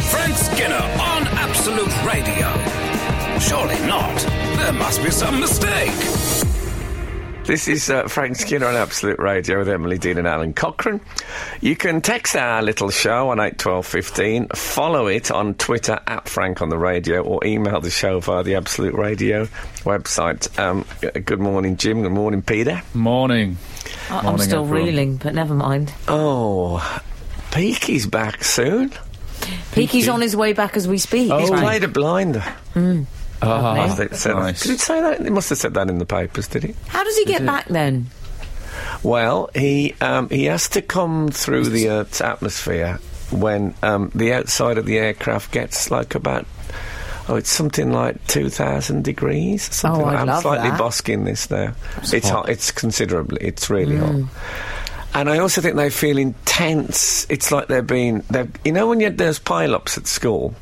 Skinner on Absolute Radio. Surely not. There must be some mistake. This is uh, Frank Skinner on Absolute Radio with Emily Dean and Alan Cochrane. You can text our little show on 81215, follow it on Twitter at Frank on the Radio, or email the show via the Absolute Radio website. Um, g- good morning, Jim. Good morning, Peter. Morning. I- I'm Morning, still everyone. reeling, but never mind. Oh, Peaky's back soon. Peaky's on his way back as we speak. He's Oh. played a blinder. Ah, as it said. nice. Did it say that? It must have said that in the papers, did it? How does he get back then? Well, he um, he has to come through the Earth's atmosphere when um, the outside of the aircraft gets like about. Oh, it's something like two thousand degrees. Something Oh, like I'd I'm love slightly that. bosking this now. it's hot. It's considerably. It's really hot. And I also think they feel intense. It's like they're being. They're, you know when you had those pile-ups at school.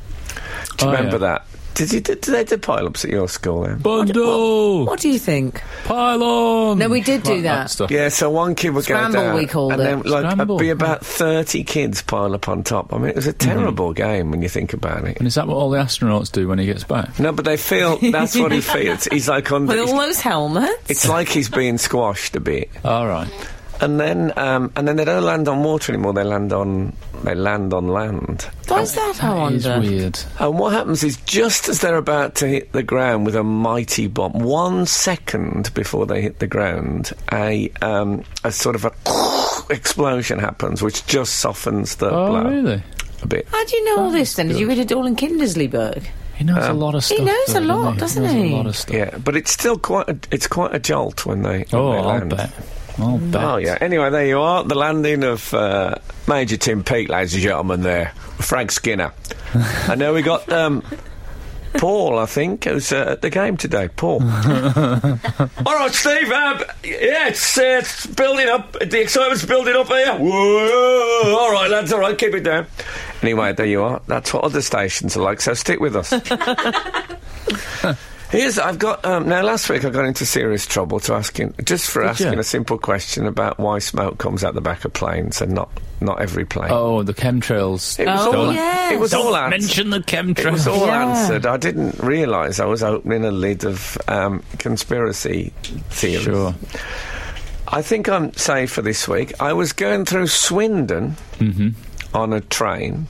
Do you Oh, remember yeah. that? Did you? Did, did they do pile-ups at your school then? Bundle! What do you think? Pile on! No, we did do Like that. stuff. Yeah, so one kid would Scramble, go down, we called and then it. like Scramble, it'd be yeah. about thirty kids pile up on top. I mean, it was a terrible game when you think about it. And is that what all the astronauts do when he gets back? No, but they feel that's what he feels. He's like under. With all It's, those helmets? it's like he's being squashed a bit, All right. and then um, and then they don't land on water anymore. They land on they land on land. Why is that, I That is wonder? weird. And what happens is just as they're about to hit the ground with a mighty bomb, one second before they hit the ground, a um, a sort of a explosion happens, which just softens the Oh, blow. really? a bit. How do you know all this then? Did you read it all in Kindersleyberg? He knows Um, a lot of stuff. knows though, a lot, he? doesn't knows he? a lot of stuff. Yeah, but it's still quite. A, it's quite a jolt when they. When Oh, they I'll land. bet. I'll bet. Oh yeah. Anyway, there you are. The landing of uh, Major Tim Peake, ladies and gentlemen. There, Frank Skinner. I know we got um, Paul. I think who's uh, at the game today. Paul. All right, Steve. Um, yeah, it's, uh, it's building up. The excitement's building up here. Whoa! All right, lads. All right, keep it down. Anyway, there you are. That's what other stations are like. So stick with us. Here's I've got um, now. Last week I got into serious trouble to asking just for you? asking a simple question about why smoke comes out the back of planes and not not every plane. Oh, the chemtrails. It was Oh, all, yes. it was all Don't ans- mention the chemtrails. it was all Yeah. answered. I didn't realise I was opening a lid of um, conspiracy theories. Sure. I think I'm safe for this week. I was going through Swindon on a train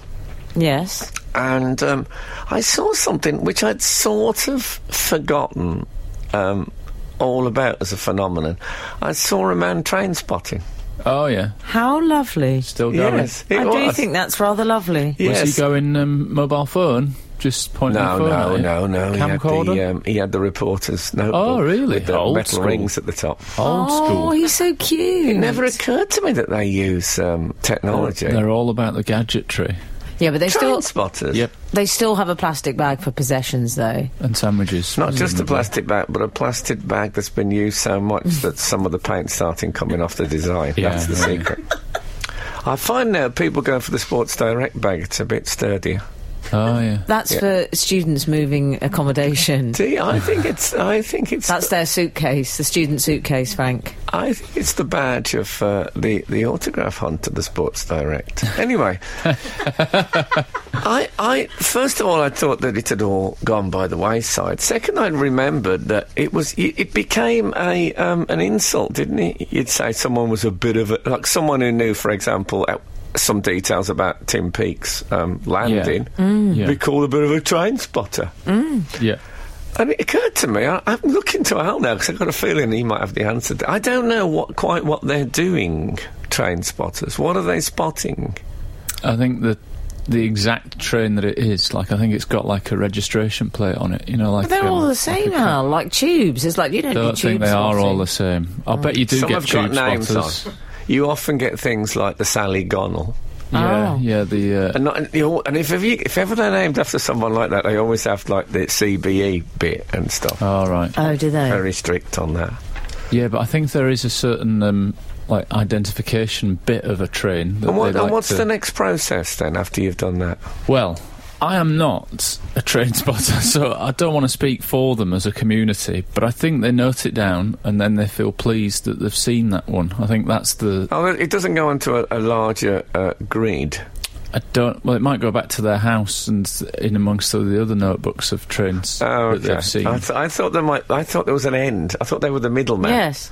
Yes. and um, I saw something which I'd sort of forgotten um, all about as a phenomenon. I saw a man train spotting. Oh, yeah. How lovely. Still going. Yes, it I do was. think that's rather lovely. yes. Was he going um, mobile phone? Just pointing No, the phone no, at you? no, no. Camcorder? He had the, um, he had the reporter's notebook. Oh, really? With the Old metal school. rings at the top. Old Oh, school. he's so cute. It never occurred to me that they use um, technology. They're all about the gadgetry Yeah, but they train still spotters. Yep. they still have a plastic bag for possessions though. and sandwiches. Not just a presumably. plastic bag, but a plastic bag that's been used so much that some of the paint's starting coming off the design. Yeah, that's the yeah. secret. I find now people going for the Sports Direct bag, it's a bit sturdier. Oh, yeah. That's for students moving accommodation. See, I think it's, I think it's, That's their suitcase, the student suitcase, Frank. I think it's the badge of uh, the the autograph hunter, the Sports Direct. Anyway, I I first of all I thought that it had all gone by the wayside. Second, I remembered that it was it, it became a um, an insult, didn't it? You'd say someone was a bit of a like someone who knew, for example. uh, some details about Tim Peake's um, landing Yeah. be called a bit of a train spotter. Yeah. And it occurred to me, I, I'm looking to Al now because I've got a feeling he might have the answer. To, I don't know what quite what they're doing, train spotters. What are they spotting? I think the the exact train that it is, like I think it's got like a registration plate on it. You know, like But they're um, all the same, Like a- Al, like tubes. It's like you don't, I don't do tubes. think they are all the spotting. same. I bet you do Some get have got tube names spotters. on. You often get things like the Sally Gonnell. Yeah, Oh. yeah. The uh, And, not, and, you know, and if, if, you, if ever they're named after someone like that, they always have like the CBE bit and stuff. all right. Oh, do they? Very strict on that. Yeah, but I think there is a certain um, like identification bit of a train. That And, what, they like and what's to- the next process then after you've done that? Well, I am not a train spotter, so I don't want to speak for them as a community. But I think they note it down, and then they feel pleased that they've seen that one. I think that's the Oh, it doesn't go onto a, a larger uh, grid. I don't. Well, it might go back to their house and s- in amongst all the other notebooks of trains Oh, that okay. I, they've seen. th- I thought there might. I thought there was an end. I thought they were the middleman. Yes.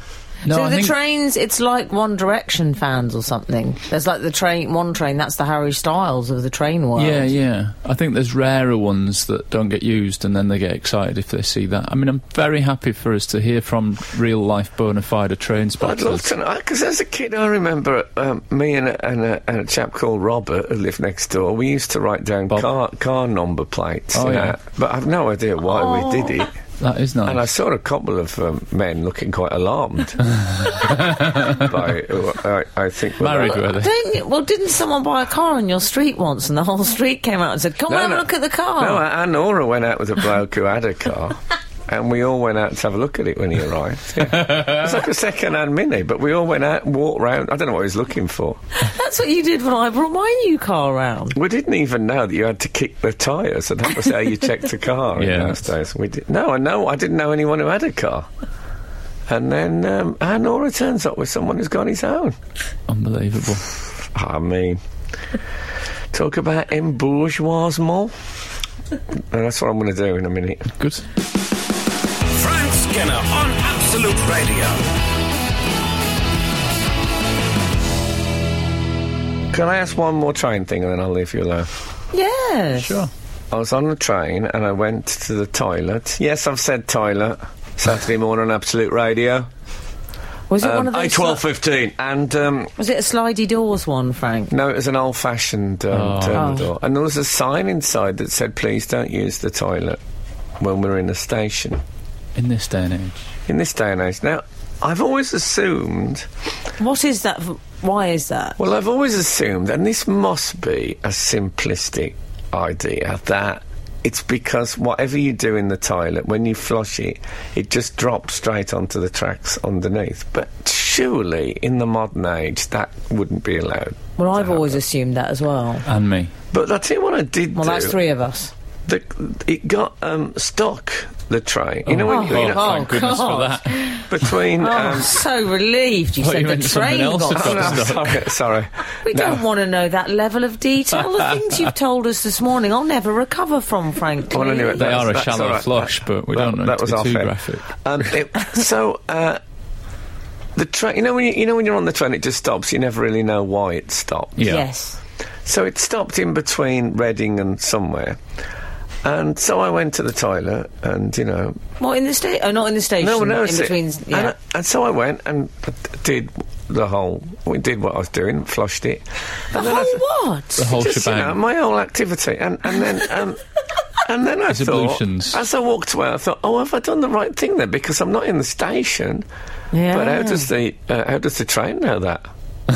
No, so I the think- trains, it's like One Direction fans or something. There's like the train, one train. That's the Harry Styles of the train world. Yeah, yeah. I think there's rarer ones that don't get used, and then they get excited if they see that. I mean, I'm very happy for us to hear from real life bona fide train I'd love spotters. to know because as a kid, I remember um, me and a, and, a, and a chap called Robert who lived next door. We used to write down Bob. car car number plates, Oh, and yeah. that, but I've no idea why we did it. That is nice. And I saw a couple of um, men looking quite alarmed. by, uh, I, I think Married, well, were they? Don't you, well, didn't someone buy a car in your street once, and the whole street came out and said, "Come and have a look at the car." No, A- Ann Nora went out with a bloke who had a car. And we all went out to have a look at it when he arrived. Yeah. It's like a second-hand mini, but we all went out and walked round. I don't know what he was looking for. That's what you did when I brought my new car round. We didn't even know that you had to kick the tyres. So that was how you checked a car in Yeah. those days. We did, no, I know. I didn't know anyone who had a car. And then um, Ann Nora turns up with someone who's got his own. Ah, Unbelievable. I mean, talk about embourgeoisement. And that's what I'm going to do in a minute. Good. Frank Skinner on Absolute Radio. Can I ask one more train thing and then I'll leave you alone? Yes. Sure. I was on a train and I went to the toilet. Yes, I've said toilet. Saturday morning on Absolute Radio. Was it one Um, of those? eight, twelve, fifteen. And um, Was it a slidey doors one, Frank? no, it was an old fashioned um, Oh. terminal Oh. door. And there was a sign inside that said, please don't use the toilet when we're in a station. In this day and age. In this day and age. Now, I've always assumed What is that? f- Why is that? Well, I've always assumed, and this must be a simplistic idea, that it's because whatever you do in the toilet, when you flush it, it just drops straight onto the tracks underneath. But surely in the modern age, that wouldn't be allowed. Well, to I've always happen. assumed that as well. And me. But I tell you what, I did. Well, do. that's three of us. The, it got um, stuck the train. You know, when, you Oh, know, oh, thank goodness for God. that. between. Oh, I'm Um, so relieved you thought said you the meant something train else got had oh, got no, stuck. sorry, sorry. We No. don't want to know that level of detail. The things you've told us this morning, I'll never recover from, frankly. Well, anyway, They That's- are a that's all shallow right. flush, but we That- don't know that to was be off too air. graphic. Um, it, so uh, the train, you know, when you, you know when you're on the train, it just stops. You never really know why it stopped. Yeah. Yes. So it stopped in between Reading and somewhere. And so I went to the toilet, and you know, Well, in the state? Oh, not in the station. no, no, in it's- between. and, Yeah. I- and so I went and did the whole. We did what I was doing, flushed it. The whole what? The whole Just, you shebang. know, my whole activity, and and then um, and then I His thought, ablutions. as I walked away, I thought, oh, have I done the right thing there? Because I'm not in the station. But how does the uh, how does the train know that? I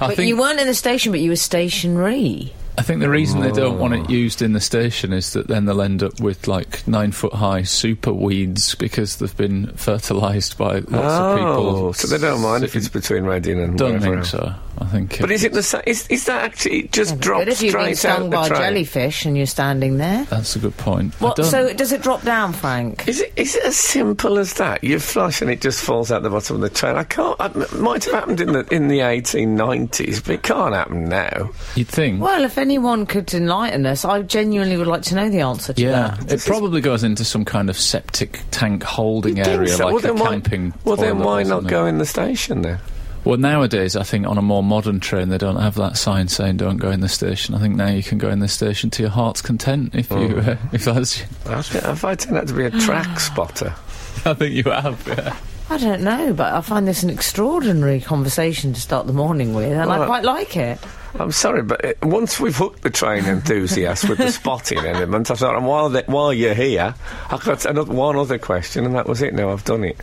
But think you weren't in the station, but you were stationary. I think the reason they don't want Oh. it used in the station is that then they'll end up with like nine foot high super weeds because they've been fertilised by lots of people. Oh, so they don't mind if it's between Reading and Don't wherever think else. so. I think. But it- is it the sa- is, is that actually it just drops But if you've straight been stung out by the a train? jellyfish and you're standing there. that's a good point. Uh, I What, don't, so does it drop down, Frank? Is it is it as simple as that? You flush and it just falls out the bottom of the train. I can't. I, it might have happened in the in the eighteen nineties, but it can't happen now. you'd think. Well, if anyone could enlighten us, I genuinely would like to know the answer to Yeah, that. it probably goes into some kind of septic tank holding You think area, so? like well, then a camping. Why, well, then toilet why or not something. go in the station then? Well, nowadays, I think on a more modern train, they don't have that sign saying "Don't go in the station." I think now you can go in the station to your heart's content if you uh, Hmm. if that's. I think- Have I turned out to be a track spotter? I think you have. Yeah. I don't know, but I find this an extraordinary conversation to start the morning with, and I Well, quite like it. I'm sorry, but uh once we've hooked the train enthusiast with the spotting element, I thought, and while, the, while you're here, I've got another, one other question, and that was it. Now I've done it.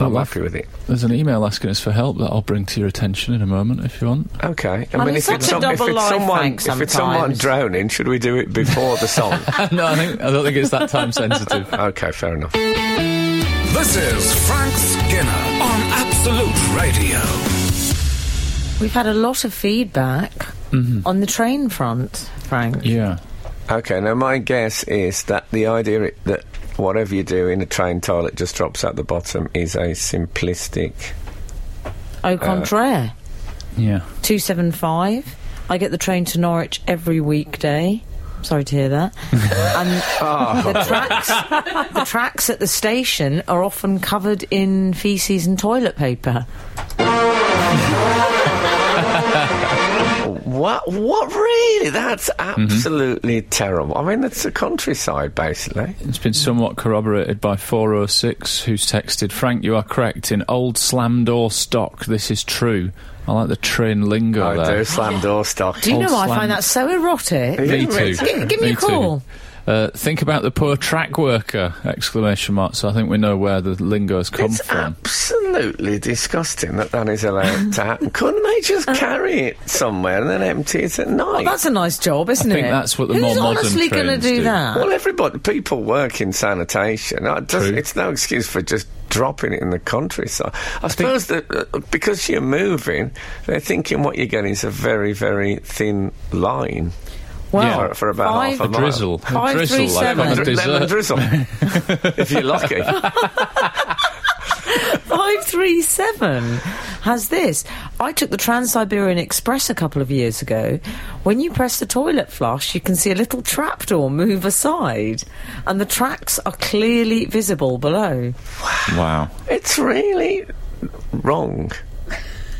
I'm Well, happy with it. There's an email asking us for help that I'll bring to your attention in a moment if you want. Okay. Well, it's such a if double it's life, someone, Frank, if it's someone sometimes. drowning, should we do it before the song? no, I think I don't think it's that time sensitive. okay, fair enough. This is Frank Skinner on Absolute Radio. We've had a lot of feedback on the train front, Frank. Mm-hmm. Yeah. Okay. Now my guess is that the idea i- that whatever you do in a train toilet just drops out the bottom is a simplistic. Au contraire. Yeah. 275. I get the train to Norwich every weekday. Sorry to hear that. and Oh. the tracks, the tracks at the station are often covered in feces and toilet paper. What? What? Really? That's Mm-hmm. absolutely terrible. I mean, it's the countryside, basically. It's been somewhat corroborated by 406, who's texted, Frank, you are correct. In old slam door stock, this is true. I like the train lingo I there. do slam door stock. uh, Do you Old know I slang. find that so erotic? Me Yeah, too. it's- Gi- give me a too. call. Uh, think about the poor track worker! Exclamation mark. So I think we know where the lingo has come It's from. absolutely disgusting that that is allowed to happen. Couldn't they just carry it somewhere and then empty it at night? That's a nice job, isn't I think it? that's what the Who's more modern honestly gonna trains do, do. that? well, everybody, people work in sanitation. Uh, it doesn't- True. it's no excuse for just dropping it in the countryside. I, suppose that uh, because you're moving, they're thinking what you're getting is a very, very thin line. Well, for, for about five- half a A mile. drizzle, Five, a drizzle, three, like on seven. a Dri- lemon dessert. drizzle, if you're lucky. 537 has this. I took the Trans Siberian Express a couple of years ago. When you press the toilet flush, you can see a little trapdoor move aside, and the tracks are clearly visible below. Wow! It's really wrong.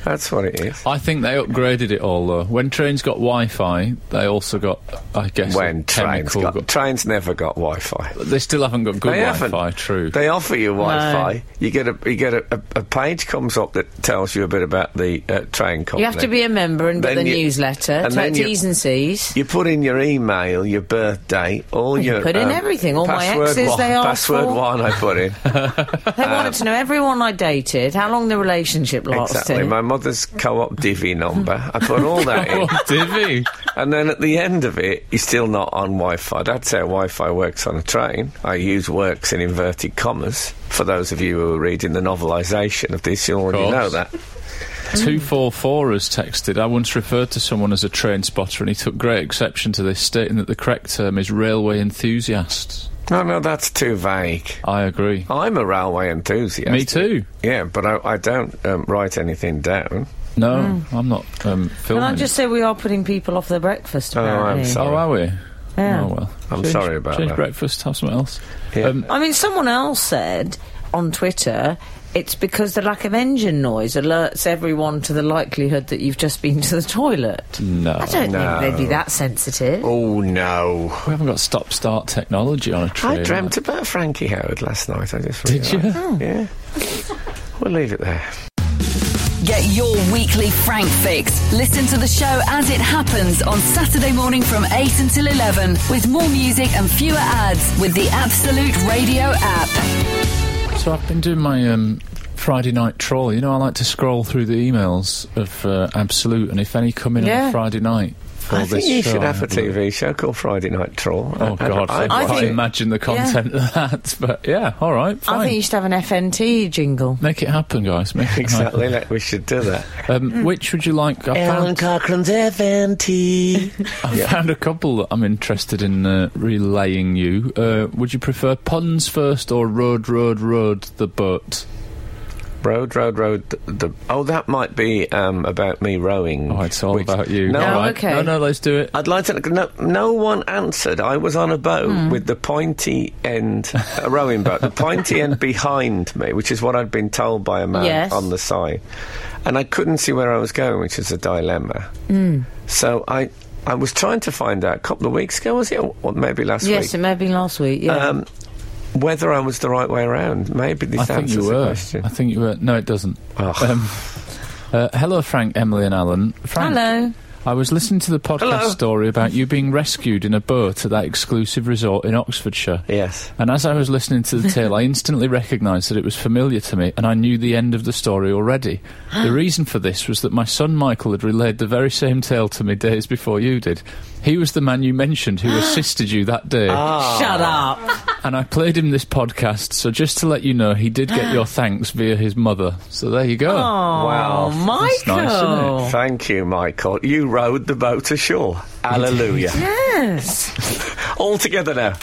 That's what it is. I think they upgraded it all though. When trains got Wi-Fi, they also got, I guess, When a trains chemical. got, Got, trains never got Wi-Fi. they still haven't got good They haven't. Wi-Fi. True. They offer you Wi-Fi. You get a you get a, a, a page comes up that tells you a bit about the uh, train company. You have to be a member and get Then the you- newsletter, and take then you- T's and C's. You put in your email, your birthday, all You your put in um, everything, all my password exes, one- they asked password for. one I put in. They wanted to know everyone I dated, how long the relationship lasted. exactly. My mother's co-op divvy number. I put all that in. oh, divvy! And then at the end of it, you're still not on Wi Fi. That's how Wi Fi works on a train. I use works in inverted commas. For those of you who are reading the novelisation of this, you already Course. know that. Two four four has texted. I once referred to someone as a train spotter, and he took great exception to this, stating that the correct term is railway enthusiasts. No, no, that's too vague. I agree. I'm a railway enthusiast. Me too. Yeah, but I, I don't um, write anything down. No, I'm not um, Hmm. Can filming. I just say we are putting people off their breakfast? Oh, I'm Apparently. sorry. Oh, are we? Yeah. Oh well. I'm Change- sorry about change that. breakfast. Have something else. Yeah. Um, I mean, someone else said on Twitter it's because the lack of engine noise alerts everyone to the likelihood that you've just been to the toilet. no, I don't no. think they'd be that sensitive. Oh, no. we haven't got stop-start technology on a train. I dreamt about Frankie Howard last night. I just Did you? Oh. realised. Yeah. we'll leave it there. Get your weekly Frank fix. Listen to the show as it happens on Saturday morning from 8 until 11 with more music and fewer ads with the Absolute Radio app. So I've been doing my um, Friday night troll. You know, I like to scroll through the emails of uh, Absolute, and if any come in on Yeah. a Friday night for I this think you show, should I have a have a look. TV show called Friday Night Troll. Oh I- I- God! I, I- can't think- imagine the content of that. But yeah, all right, fine. I think you should have an FNT jingle. Make it happen, guys. Make it Exactly, Mm. like we should do that. happen. Um, which would you like? I found, Cochran's FNT. I found a couple that I'm interested in uh, relaying you. Uh, would you prefer puns first or road, road, road the boat? road, road, road. th- The, oh, that might be um, about me rowing. Oh, it's all which- about you. No, All No, right. okay. No, no, let's do it. I'd like to. No, no one answered. I was on a boat Hmm. with the pointy end, a rowing boat, the pointy end behind me, which is what I'd been told by a man Yes. on the side. And I couldn't see where I was going, which is a dilemma. Hmm. So I, I was trying to find out a couple of weeks ago, was it? Or maybe last Yes, it week. may have been last week. Yeah. um, whether I was the right way around. Maybe this I think answers you the were. I question. think you were. No, it doesn't. Ugh. Um, uh, hello, Frank, Emily, and Alan. Frank, Hello. I was listening to the podcast Hello. story about you being rescued in a boat at that exclusive resort in Oxfordshire. Yes. And as I was listening to the tale, I instantly recognised that it was familiar to me, and I knew the end of the story already. the reason for this was that my son Michael had relayed the very same tale to me days before you did. He was the man you mentioned who assisted you that day, Ah. oh, Shut up. and I played him this podcast. So just to let you know, he did get your thanks via his mother. So there you go. Oh, Wow. That's Michael. nice, isn't it? Thank you, Michael. You rowed the boat ashore. Hallelujah. Yes. All together now.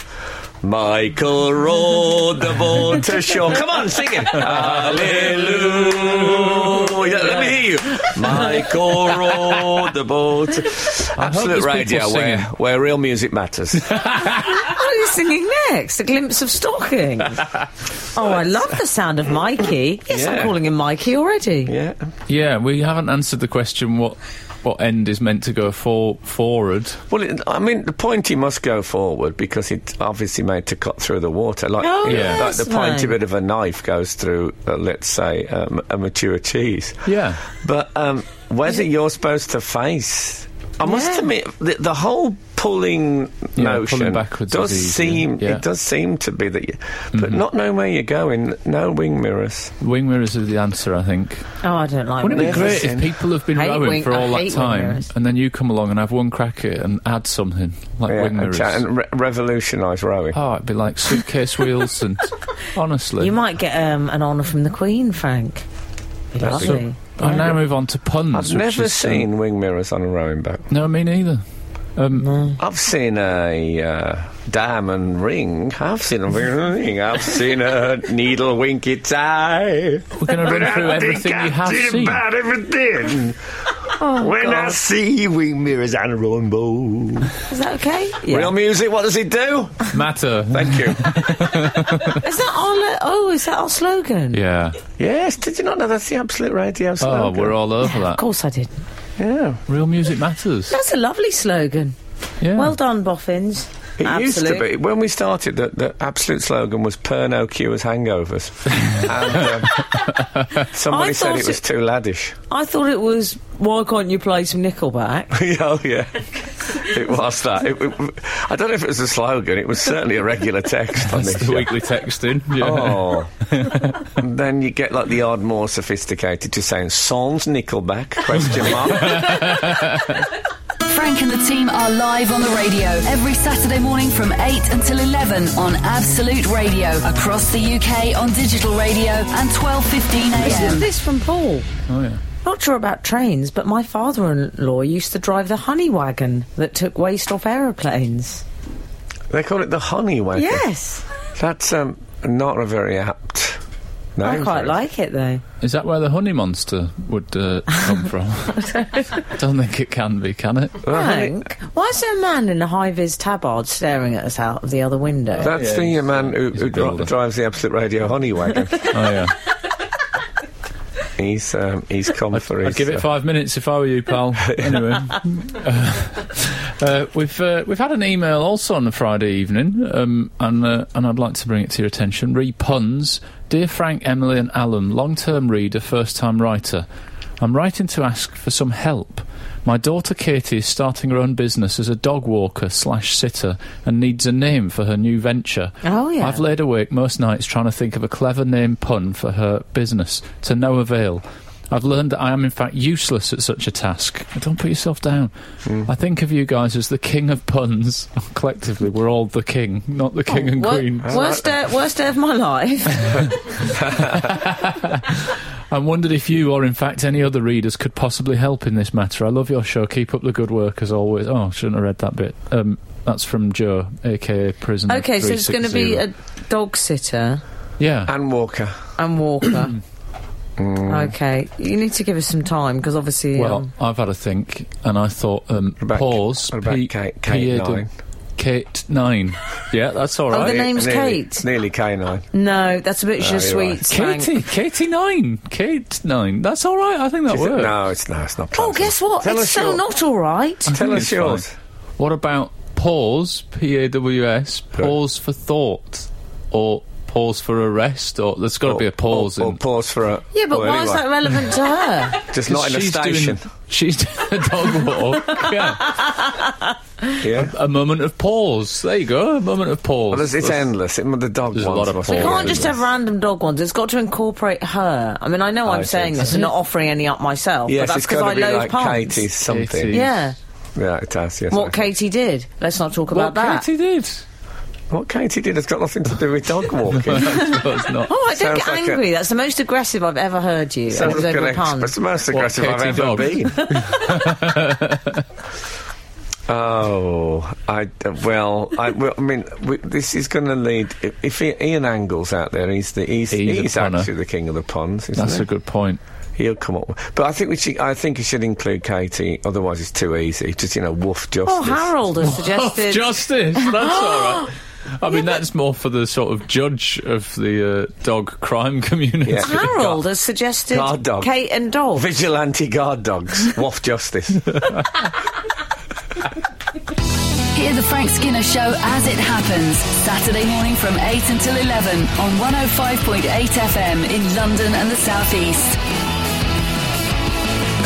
Michael rode the boat to shore. Come on, sing it. Hallelujah. Let me hear you. Michael rode the boat. to- there's Absolute people radio where, singing. where real music matters. What are you singing next? A glimpse of stocking. oh, I love the sound of Mikey. Yes, Yeah. I'm calling him Mikey already. yeah. Yeah, we haven't answered the question what what end is meant to go for forward. Well, it, I mean, the pointy must go forward because it obviously made to cut through the water. Like, Oh, you know, Yeah. like the yes, pointy man. bit of a knife goes through, uh, let's say, um, a mature cheese. Yeah. But um, whether you're supposed to face, I must Yeah. admit, the, the whole pulling Yeah, notion pulling backwards does is easier, seem yeah. Mm-hmm. it does seem to be that, you, but not knowing where you're going, no wing mirrors. Wing mirrors is the answer, I think. Oh, I don't like Wouldn't it be this. great if Listen. people have been Hate rowing wing- for I all that hate time, wing mirrors. and then you come along and have one crack at it and add something like Yeah, wing and, mirrors? cha- and re- revolutionise rowing. oh, it'd be like suitcase wheels, and honestly, You might get um, an honour from the Queen, Frank. Be Lovely. I now move on to puns. I've which never is, um, seen wing mirrors on a rowing boat. no, me neither. Um, I've seen a uh, diamond ring. I've seen a ring. I've seen a needle winky tie. We're going to run through I think everything I you have did seen. about everything. Oh, when I see wing mirrors and a rowing boat. Is that okay? Yeah. Real music, what does it do? Matter. Thank you. Is that our lo- oh, is that our slogan? Yeah. yes, did you not know that's the absolute radio Oh, slogan? we're all over Of that. course I did. Yeah. Real music matters. That's a lovely slogan. Yeah. Well done, boffins. It Absolute. used to be when we started. The, the absolute slogan was "Perno cures hangovers," and um, somebody I said thought it was it- too laddish. I thought it was why can't you play some Nickelback? oh yeah, it was that. It, it- I don't know if it was a slogan. It was certainly a regular text on this That's the show. weekly texting. Yeah. Oh, and then you get like the odd more sophisticated just saying "Sans Nickelback?" Question mark. Frank and the team are live on the radio every Saturday morning from 8 until 11 on Absolute Radio across the UK on digital radio and 12:15 Is a.m. this from Paul? Oh, yeah. Not sure about trains, but my father-in-law used to drive the honey wagon that took waste off aeroplanes. they call it the honey wagon. Yes, that's um, not a very apt. I name for quite it. like it though. Is that where the honey monster would uh, come from? Don't think it can be, can it? Oh, The honey- Frank, why is there a man in a high-vis tabard staring at us out of the other window? That's Yeah, the he's, uh, man who, he's who a dri- builder. drives the Absolute Radio honey wagon. Oh yeah. he's um, he's come for his. I'd give it uh, five minutes if I were you, pal. Anyway, Uh, uh, we've uh, we've had an email also on the Friday evening, um, and uh, and I'd like to bring it to your attention. Re puns, dear Frank, Emily, and Alan, long-term reader, first-time writer. I'm writing to ask for some help. My daughter Katie is starting her own business as a dog walker slash sitter and needs a name for her new venture. Oh, yeah. I've laid awake most nights trying to think of a clever name pun for her business, to no avail. I've learned that I am in fact useless at such a task. Don't put yourself down. I think of you guys as the king of puns. Oh, Collectively, we're all the king, not the king and Wor- queen. worst, day, worst day of my life. I wondered if you, or in fact any other readers, could possibly help in this matter. I love your show. Keep up the good work as always. Oh, shouldn't have read that bit. Um, that's from Joe, aka Prison. Okay, so it's going to be a dog sitter yeah. Anne Walker. and walker. Mm. Okay, you need to give us some time because obviously. Well, um, I've had a think, and I thought um, about- pause. what about P- Kate- Kate Pierre de- Nine? Kate nine. Yeah, that's all Oh, right. the name's nearly, Kate. Nearly canine. no, that's a bit Oh, you're just sweet. right. Frank. Katie, Katie nine, Kate nine. That's all right. I think that Is it- works. No, it's no, it's not. Oh, close guess enough. what? Tell it's us so your- not all right. Tell think us it's yours. fine. What about pause? P A W S. Pause for thought, or pause for a rest, or there's got to be a pause. Or, or in, pause for a. Yeah, but well, why is anyway, that relevant to her? Just not in a she's station. Doing, she's doing a dog walk. yeah. yeah. A moment of pause. There you go. A moment of pause. Well, it's, it's That's- endless. It, the dog There's a ones lot of must be pause. You can't endless. just have random dog ones. It's got to incorporate her. I mean, I know I I'm see. saying this and not offering any up myself, Yes, but that's it's because got I to be loathe like puns. Katie's something. Katie. Yeah, Yeah, it has. Yes. what I- Katie did. Let's not talk about What that. Katie did. what Katie did has got nothing to do with dog walking. That's not. Oh, I don't Sounds get like a- angry. That's the most aggressive I've ever heard you. and it Sounds was like over an a pun. exp- it's the most aggressive I've Katie ever dog? been. Oh, I uh, well, I, well, I mean, we, this is going to lead. i- If I- Ian Angle's out there, he's the he's, He's he's, a punter. actually the king of the ponds. Isn't That's he? a good point. He'll come up. with- But I think we should. I think he should include Katie. Otherwise, it's too easy. Just you know, woof justice. Oh, Harold has suggested. Justice. Oh, That's all right. I mean, that's more for the sort of judge of the uh, dog crime community. Yeah. Harold has suggested Guard dog. Kate and Dolph. Vigilante guard dogs. woof justice. Hear the Frank Skinner Show as it happens. Saturday morning from 8 until 11 on 105.8 FM in London and the South East.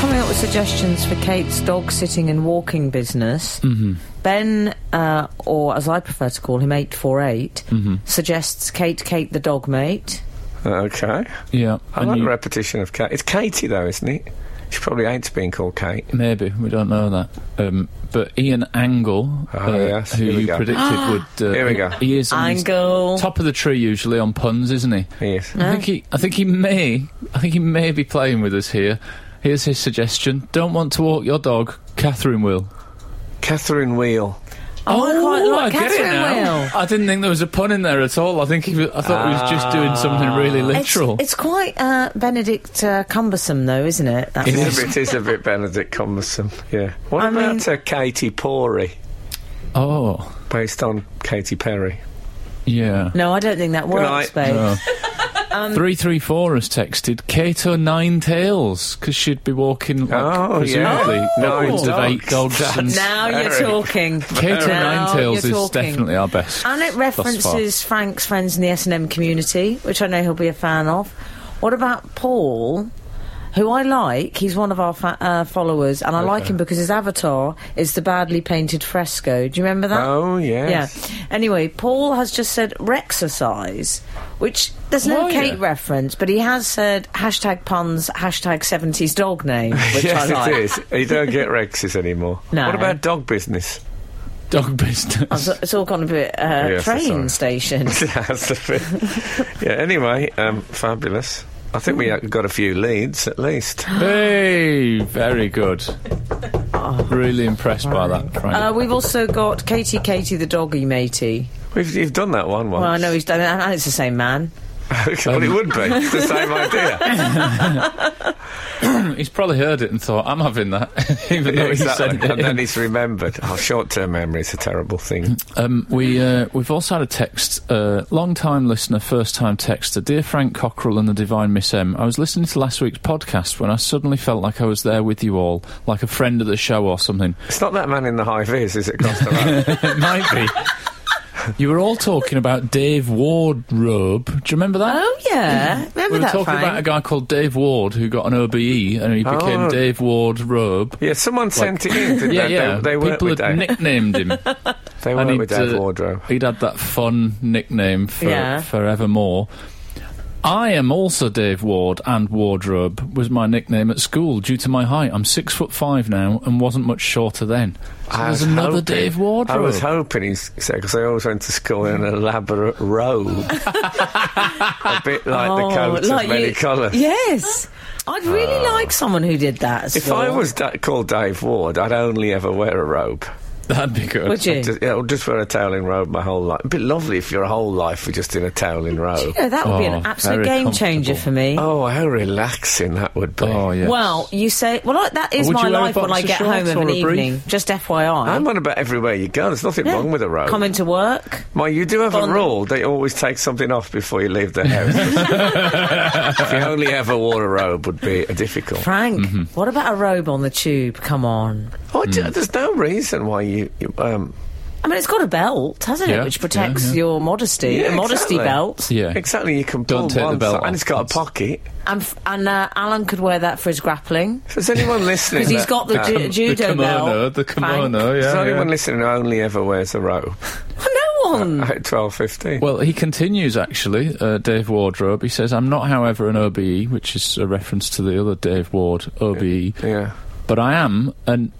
Coming up with suggestions for Kate's dog sitting and walking business, Mm-hmm. Ben, uh, or as I prefer to call him, 848, Mm-hmm. suggests Kate, Kate the dog mate. okay. Yeah. I and like you- the repetition of Kate. It's Katie though, isn't it? She probably hates being called Kate. Maybe we don't know that, um, but Ian Angle, Ah, uh, yes, who here we you go. predicted would, uh, Here we go. He is on his Ah, Angle. top of the tree usually on puns, isn't he? Yes. I think he, I think he may, I think he may be playing with us here. Here's his suggestion: Don't want to walk your dog. Catherine will. Catherine Wheel. Oh, I quite like get it Catherine now. Will. I didn't think there was a pun in there at all. I think he, was, I thought he was just doing something really It's, literal. it's quite uh, Benedict uh, cumbersome, though, isn't it? That's It It is. is, a bit, it is a bit Benedict Cumbersome, yeah. What I about mean- uh, Katie Pori, oh, based on Katy Perry? yeah. No, I don't think that night. works, babe. No. 334 has texted Kato Nine Tails because she'd be walking like, Oh, yeah. presumably Oh, upwards of nine eight dogs. And Now you're Very- talking. Kato Now Nine Tails you're is talking. definitely our best. And it thus far. references Frank's friends in the S&M community, which I know he'll be a fan of. What about Paul, who I like? He's one of our fa- uh, followers, and I like him because his avatar is the badly painted fresco. Do you remember that? Oh, yes. Yeah. Anyway, Paul has just said Rexercise, which there's no Oh, yeah. Kate reference, but he has said hashtag puns, hashtag 70s dog name, which yes, I like. it is. You don't get Rexes anymore. No. What about dog business? Dog business. So it's all gone a bit uh, Yes, that's train right. station. That's the thing. yeah, anyway, um, fabulous. I think we uh, got a few leads at least. hey, very good. Really impressed by that, Frank. Uh, we've also got Katie, Katie the doggy matey. We've, you've done that one once. Well, I know he's done it, and it's the same man. well, it would be. It's the same idea. he's probably heard it and thought, I'm having that, even Yeah, though he exactly. sent it. And in. then he's remembered. Oh, short term memory is a terrible thing. Um, we uh, we've also had a text, uh, long time listener, first time texter, dear Frank Cockrell and the Divine Miss M. I was listening to last week's podcast when I suddenly felt like I was there with you all, like a friend at the show or something. It's not that man in the high vis, is it, Costa? It might be. You were all talking about Dave Wardrobe. Do you remember that? Oh yeah, remember we were that? talking Frank? about a guy called Dave Ward who got an OBE and he became Oh. Dave Wardrobe. Yeah, someone sent it in. Didn't Yeah, they? yeah. They, they worked People with had Dave. nicknamed him. they and worked with he'd, Dave uh, Wardrobe. He'd had that fun nickname for Yeah. forevermore. I am also Dave Ward, and Wardrobe was my nickname at school due to my height. I'm six foot five now, and wasn't much shorter then. So I there's was another hoping- Dave I Wardrobe. was hoping he said because I always went to school in an elaborate robe, a bit like Oh, the coat Oh, like of many you- colours. Yes, I'd really Ah. like someone who did that. as If I well. was da- called Dave Ward, I'd only ever wear a robe. That'd be good. would you? Just, yeah, or just wear a toweling robe my whole life. It'd be lovely if your whole life were just in a toweling robe. No, that would be an Oh, absolute very game changer comfortable. for me. Oh, how relaxing that would be! Oh yeah. Well, you say, well, I- that is Would my you wear a life when I boxer get home shorts of an or a brief? evening. Just FYI, I'm on about everywhere you go. There's nothing wrong with a robe. coming to work. Well, you do have a Bond- rule that you always take something off before you leave the house. if you only ever wore a robe, would be uh, difficult. Frank, Mm-hmm. what about a robe on the tube? Come on. Oh, d- hmm. There's no reason why you. you um, I mean, it's got a belt, hasn't Yeah, it, which protects yeah, yeah. your modesty, Yeah, a exactly. modesty belt. yeah. Exactly, you can pull Don't take the one belt side- off. and it's got a pocket. And, f- and uh, Alan could wear that for his grappling. If there's anyone listening, Because he's that- got the that- ju- The judo kimono, belt. the kimono, Frank. If yeah. there's yeah. Hmm. anyone listening who only ever wears a robe No one. at twelve fifty. Well, he continues actually, uh, Dave Wardrobe. He says, "I'm not, however, an OBE, which is a reference to the other Dave Ward E. OBE, yeah. but I am an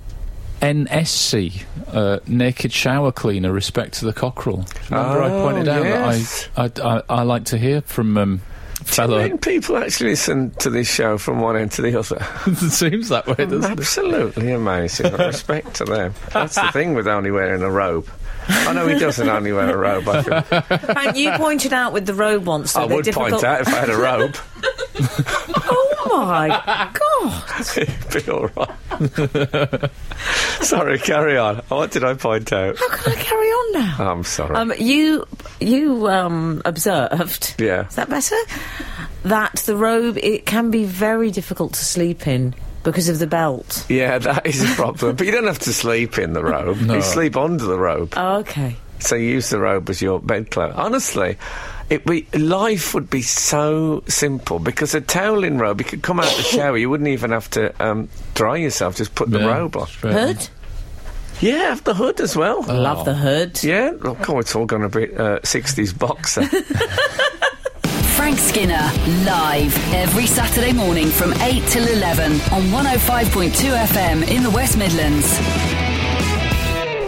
NSC, uh, naked shower cleaner. Respect to the cockerel. Remember, I Oh, pointed out yes. that I, I, I, I like to hear from um, I fellow. mean, people actually listen to this show from one end to the other. it seems that way, doesn't it? Absolutely amazing. Respect to them. That's the thing with only wearing a robe. I know he doesn't only wear a robe. I, feel- Frank, you pointed out with the robe once. That I they're would difficult. point out if I had a robe, Oh my god! it'd be all right. sorry, carry on. What did I point out? How can I carry on now? I'm sorry. Um, you you um, observed. Yeah. Is that better? That the robe it can be very difficult to sleep in because of the belt. yeah, that is a problem. but you don't have to sleep in the robe. You sleep under the robe. Oh, okay. So you use the robe as your bedclothes. Honestly, it be, life would be so simple because a toweling robe, you could come out the shower, you wouldn't even have to um, dry yourself, just put the Yeah, um, Oh. robe on. straight on. Hood. Yeah, have the hood as well. Uh, Love the hood. Yeah, look, oh, it's all going to be uh, 60s boxer. Frank Skinner, live every Saturday morning from 8 till 11 on 105.2 FM in the West Midlands.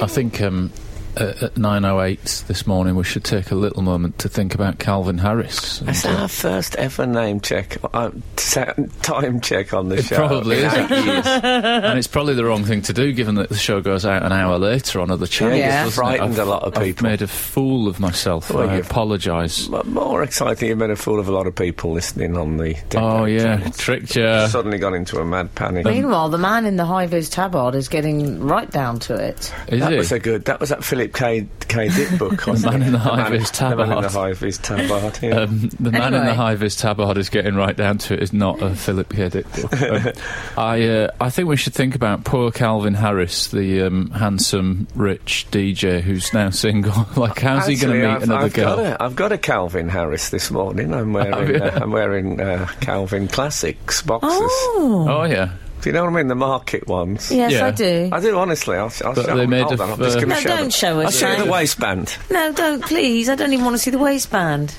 I think um, at, at 9.08 this morning we should take a little moment to think about Calvin Harris. And, That's our first ever name check, uh, sa- time check on the It show. probably in is. eight years. and it's probably the wrong thing to do given that the show goes out an hour later on other channels. Yeah. doesn't it? Frightened I've- a lot of I've people. made a fool of myself. Well, I you've- apologise. But More exciting, you've made a fool of a lot of people listening on the. Oh, yeah, tricked you. Suddenly got into a mad panic. Meanwhile, the man in the high-vis tabard is getting right down to it. Is that it? was a good. That was that Philip K. K. Dick book. wasn't Man it? in the man- High-Vis The man in the Tabard. high vis tabard. Yeah. Um, the man in the Anyway. high vis tabard is getting right down to it. Is not a Philip K. Dick book. Um, I uh, I think we should think about poor Calvin Harris, the um, handsome rich DJ who's now single. like, how's he Actually, going to meet I've, another I've girl? Got a, I've got a Calvin Harris this morning. I'm wearing. you? uh, I'm wearing uh, Calvin Classics boxes. Oh, Oh yeah, Do you know what I mean? The market ones. yes, Yeah. I do. I do honestly. I'll, I'll But show, they made hold a on, I'm f- just going to No, show. don't them. show us, I'll show you the mate. waistband. no, don't please. I don't even want to see the waistband.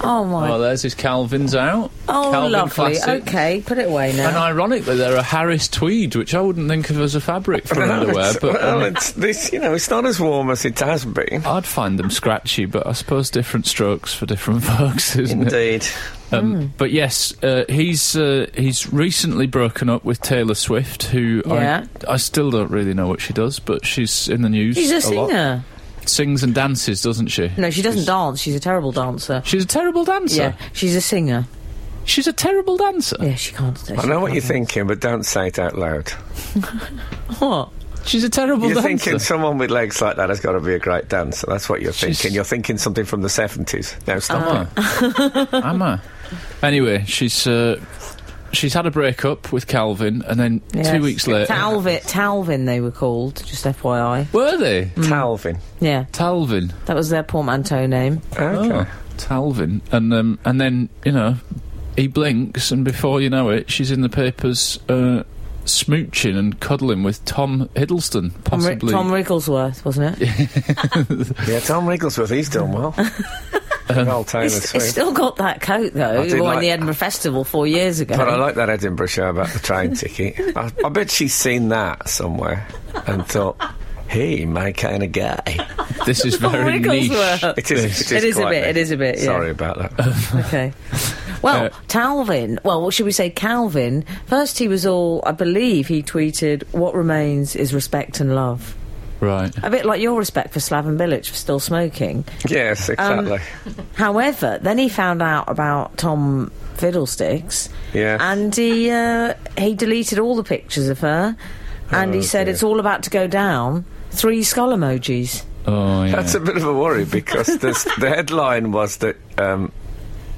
Oh my. well there's his Calvin's out. oh, Calvin lovely. classics. Okay, put it away And now. ironically, they're a Harris tweed, which I wouldn't think of as a fabric for Well, underwear, it's- but well, um, it's this. You know, it's not as warm as it has been. I'd find them scratchy. But I suppose different strokes for different folks, isn't it? Indeed. Hmm. Um, But yes, uh, he's uh, he's recently broken up with Taylor Swift, who Yeah. I, I still don't really know what she does, but she's in the news. She's a lot. singer. Sings and dances, doesn't she? No, she doesn't dance. She's a terrible dancer. She's a terrible dancer. Yeah, she's a singer. She's a terrible dancer. Yeah, she can't. She I know what can't you're dance. thinking, but don't say it out loud. What? She's a terrible You're dancer. thinking someone with legs like that has got to be a great dancer. That's what you're She's- thinking. You're thinking something from the 70s. Now stop it. Ah, Am I? Am I? Anyway, she's uh, she's had a breakup with Calvin, and then Yes. two weeks later, Talvin, Talvin, they were called. Just FYI. were they mm. Talvin. Yeah, Talvin? that was their portmanteau name. Okay. Oh, Ah. Talvin. And um, and then you know, he blinks, and before you know it, she's in the papers, uh, smooching and cuddling with Tom Hiddleston, Tom, Ri- possibly. Tom Rigglesworth, wasn't it? Yeah, Tom Rigglesworth, he's done well. Good old Taylor He's, he's Swift. still got that coat though. I He did wore in like- the Edinburgh Festival four years ago. But I like that Edinburgh show about the train ticket. I, I bet she's seen that somewhere and thought, hey, my kind of guy. this is Tom very niche. Rigglesworth. It is, It is a quite bit, me. it is a bit, yeah. Sorry about that. Okay. Well, Uh, Talvin. Well, what should we say? Calvin. First, he was all. I believe he tweeted, "What remains is respect and love." Right. A bit like your respect for Slaven Bilic for still smoking. yes, Um, exactly. However, then he found out about Tom Fiddlesticks. Yeah. And he uh, he deleted all the pictures of her, and he Oh, said dear. it's all about to go down. Three skull emojis. Oh yeah. That's a bit of a worry because this, the headline was that um,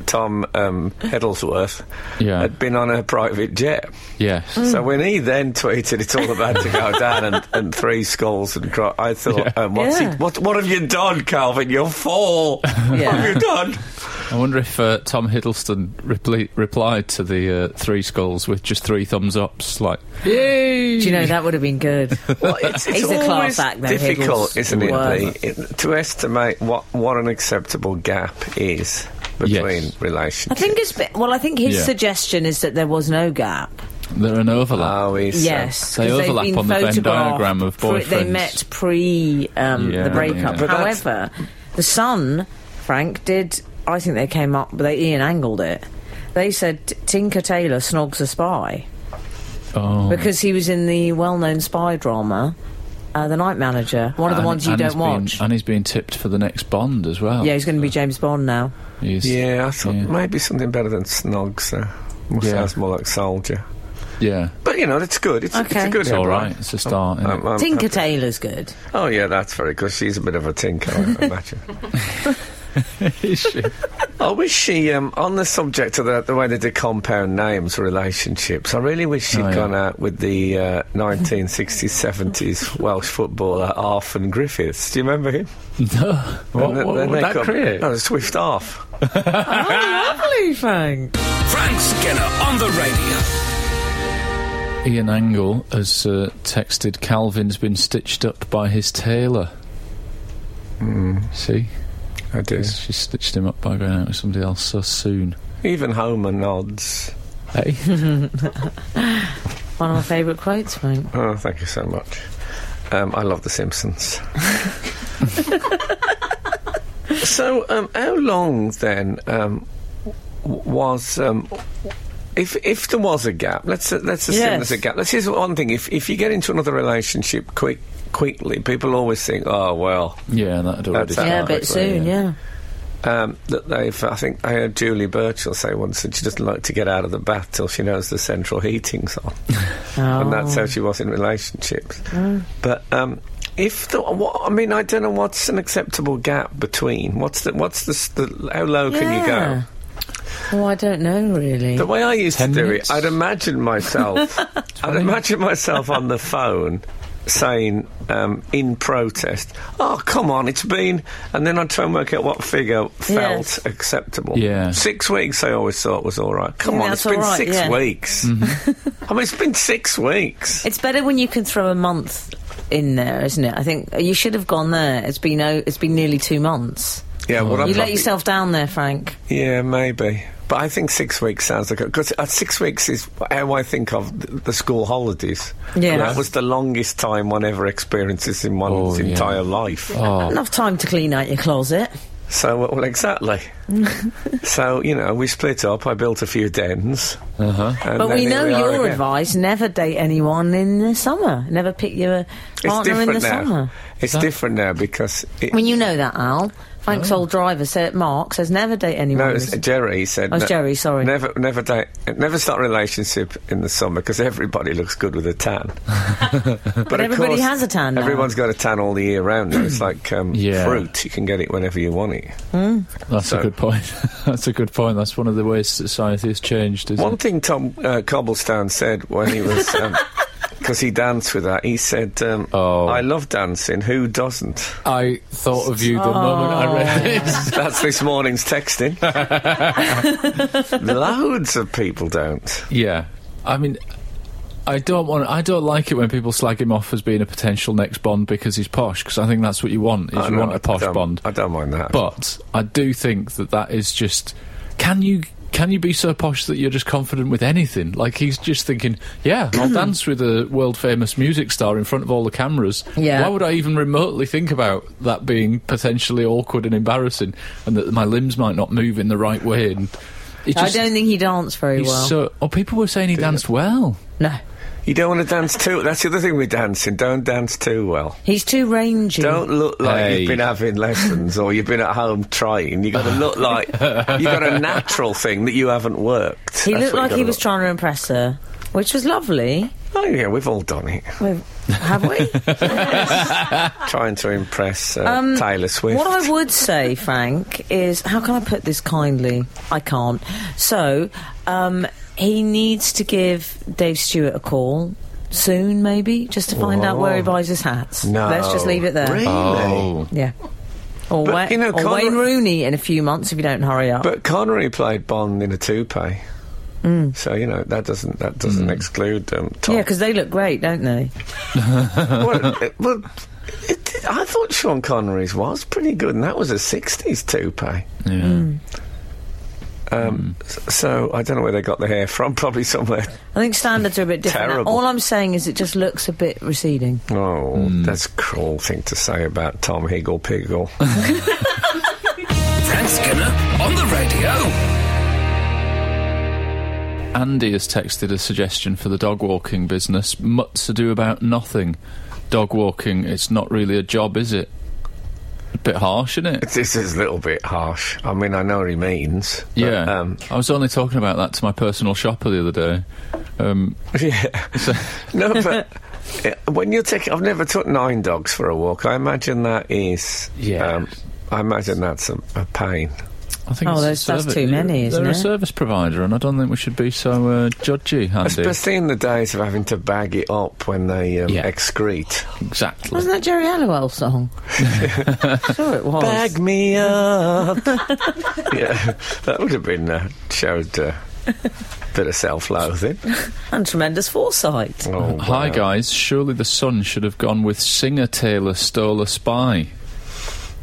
Tom um, Hiddlesworth Yeah. had been on a private jet. yes. Hmm. So when he then tweeted, "It's all about to go down," and, and three skulls and cro- I thought, um, what's Yeah. he, what, what have you done, Calvin? You're four. What Yeah. have you done? I wonder if uh, Tom Hiddleston repli- replied to the uh, three skulls with just three thumbs ups, like yay. Do you know that would have been good? Well, it's, He's a class always act, though, difficult, Hiddles- isn't it, Wow. Lee, it- to estimate what what an acceptable gap is between Yes. I relationships. think it's bit, well. I think his Yeah. suggestion is that there was no gap. They're an overlap. Oh, he's, uh, Yes, They 'cause they've overlap been on the Venn photographed diagram of pre- They boyfriends. met pre um, Yeah, the breakup. yeah. But that's- However, the son, Frank, did I think they came up, but they Ian angled it. They said "T- Tinker Taylor snogs a spy Oh, because he was in the well-known spy drama, uh, The Night Manager, one of the and- ones you and he's don't watch. being- and he's being tipped for the next Bond as well. yeah, he's going to be James Bond now. He's- Yeah, I thought Yeah. maybe something better than snogs. Uh, must Yeah. sounds more like soldier. yeah. But you know, it's good. It's, it's Okay. a good It's all right. It's a start. innit? Um, um, Tinker Taylor's good. oh yeah, that's very good. She's a bit of a tinker, I imagine. Is she? I wish she, um, on the subject of the, the way they did compound names relationships, I really wish she Oh, had yeah. gone out with the uh, 1960s, 70s Welsh footballer Arfon Griffiths. Do you remember him? no. What, And th- what then would they that come- create? Oh, Swift Arf. Lovely, Frank. Frank Skinner on the radio. Ian Angle has uh, texted Calvin's been stitched up by his tailor. Hmm. See? I do. She stitched him up by going out with somebody else so soon. Even Homer nods. Hey? One of my favourite quotes, Frank. Oh, thank you so much. Um, I love The Simpsons. so, um, how long then um, w- was um, if if there was a gap? Let's let's assume Yes. there's a gap. This is one thing. If if you get into another relationship quick quickly, people always think, oh well, Yeah, that had already That's that. Oh, yeah, a started. bit that's soon, yeah. um, that they've. I think I heard Julie Birchall say once that she doesn't like to get out of the bath till she knows the central heating's on. and that's Oh. how she was in relationships. But um, if the, what, I mean, I don't know what's an acceptable gap between what's the what's the, s- the how low can you go? Oh, I don't know really. The way I used to Ten do minutes? it, I'd imagine myself, I'd imagine myself on the phone. Saying um, in protest, "Oh come on, it's been," and then I'd try and work out what figure felt Yes. acceptable. Yeah. six weeks. I always thought was all right. Come Yeah, on, that's it's been all right, six yeah. weeks. Mm-hmm. I mean, it's been six weeks. It's better when you can throw a month in there, isn't it? I think you should have gone there. It's been o- it's been nearly two months. Yeah, Oh, well, You I've let not- yourself down there, Frank. Yeah, maybe. But I think six weeks sounds like because uh, six weeks is how I think of th- the school holidays. Yeah. and that was the longest time one ever experiences in one's Oh, yeah. Oh. entire life. Enough time to clean out your closet. So well, well, exactly. so you know, we split up. I built a few dens, Uh huh. and But then we here know we are your again. advice: never date anyone in the summer. Never pick your It's partner in the different now. summer. It's different now because it, I mean, you know that, Al. Frank's old driver, said, Mark, says never date anyone. Oh. No, in the it's summer." Jerry said. Oh, it's ne- Jerry, sorry. Never, never date, never start a relationship in the summer because everybody looks good with a tan. but of everybody has a tan now. Everyone's got a tan all the year round. Now. It's like um, Yeah. fruit; you can get it whenever you want it. That's So- a good point. That's a good point. That's one of the ways society has changed, isn't One it? thing Tom uh, Cobblestone said when he was. Because he danced with that, he said, um, Oh. "I love dancing. Who doesn't?" I thought of you the moment I read this. That's this morning's texting. Loads of people don't. Yeah, I mean, I don't want. I don't like it when people slag him off as being a potential next Bond because he's posh. Because I think that's what you want. Is I you know, want I a posh don't- Bond. I don't mind that. But I do think that that is just. Can you? Can you be so posh that you're just confident with anything? Like he's just thinking, yeah, I'll dance with a world famous music star in front of all the cameras. Yeah. Why would I even remotely think about that being potentially awkward and embarrassing, and that my limbs might not move in the right way? And it I just- don't think he danced very he's well. so. Oh, people were saying he danced well. no, You don't want to dance too. That's the other thing with dancing. Don't dance too well. he's too rangy. Don't look like Hey. you've been having lessons or you've been at home trying. You got to look like you have got a natural thing that you haven't worked. He That's looked what you like gotta he was look- trying to impress her, which was lovely. Oh yeah, we've all done it. We've- Have we? trying to impress uh, Taylor Swift. Ah. Um, what I would say, Frank, is how can I put this kindly? I can't. So, um, he needs to give Dave Stewart a call soon, maybe, just to find out where he buys his hats. No. Let's just leave it there. Really? Oh. Yeah. Or, But, Wa- you know, or Conor- Wayne Rooney in a few months if you don't hurry up. But Connery played Bond in a toupee. So you know that doesn't that doesn't exclude um, Tom. Mm. yeah, because they look great, don't they? well, it- well, it, I thought Sean Connery's was pretty good, and that was a '60s toupee. Yeah. Hmm. Um, s- So I don't know where they got the hair from. Probably somewhere. I think standards are a bit different. now. Terrible. All I'm saying is it just looks a bit receding. Oh, that's a cruel thing to say about Tom Higgle Piggle. Frank Skinner on the radio. Andy has texted a suggestion for the dog walking business. Much ado about nothing. Dog walking, it's not really a job, is it? A bit harsh, isn't it? This is a little bit harsh. I mean, I know what he means. but, yeah. Um, I was only talking about that to my personal shopper the other day. Um, yeah. no, but uh, when you're taking, I've never took nine dogs for a walk. I imagine that is. um, Yeah. I imagine that's a, a pain. I think Oh, it's a that's- that's servi- too many, they're, isn't they're it? a service provider, and I don't think we should be so uh, judgy, Andy. Especially in the days of having to bag it up when they um, Yeah. excrete. exactly. Wasn't that Jerry Halliwell song? sure it was. Bag me up. yeah, that would have been uh, showed uh, a bit of self-loathing. And tremendous foresight. Oh, Hi, wow. guys. Surely the sun should have gone with singer Taylor stole a spy,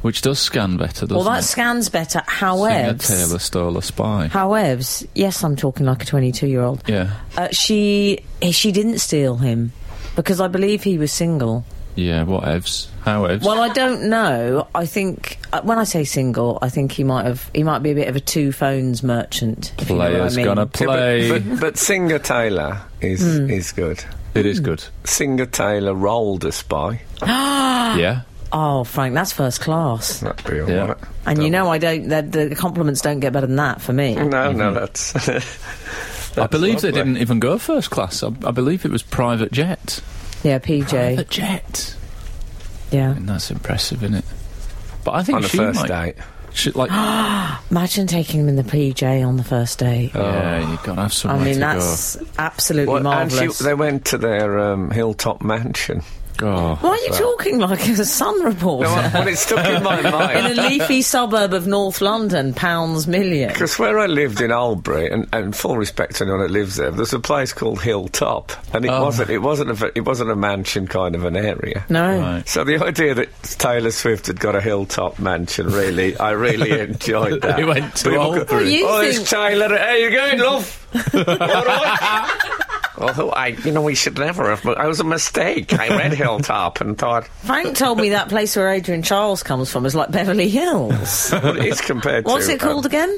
which does scan better, doesn't Well, that it? scans better. Singer However, Taylor stole a spy. however, yes, I'm talking like a 22 year old. Yeah. Uh, she eh, she didn't steal him because I believe he was single. Yeah, whatevs. Howevs. Well, I don't know. I think uh, when I say single, I think he might have he might be a bit of a two phones merchant. if you know what I Players mean. gonna play. Yeah, but, but, but Singer Taylor is Hmm. is good. it is good. Singer Taylor rolled a spy. yeah. Oh, Frank, that's first class. That'd be all right. Yeah. And you know, I don't. The, the compliments don't get better than that for me. No, Mm-hmm. no, that's. I believe they lovely. didn't even go first class. I, I believe it was private jet. Yeah, PJ. Private jet. Yeah. And that's impressive, isn't it? But I think on the she first date. might. She, like, Imagine taking him in the PJ on the first date. yeah, you've got to have somewhere I mean, Oh, to that's absolutely Well, and she, marvellous. they went to their um, hilltop mansion. go. Oh. Why are you talking like a Sun reporter? No, I- well, it stuck in my in mind. a leafy suburb of North London, pounds million. Because where I lived in Albury, and, and full respect to anyone that lives there, there's a place called Hilltop, and it Oh. wasn't it wasn't a, ve- it wasn't a mansion kind of an area. No. Right. So the idea that Taylor Swift had got a hilltop mansion, really, I really enjoyed that. He went to People Albury. go, Well, you oh, think- it's Taylor. How you going, love? All right. Although I, you know, we should never have. But it was a mistake. I read Hilltop and thought Frank told me that place where Adrian Charles comes from is like Beverly Hills. well, it's compared What's to it called um, again?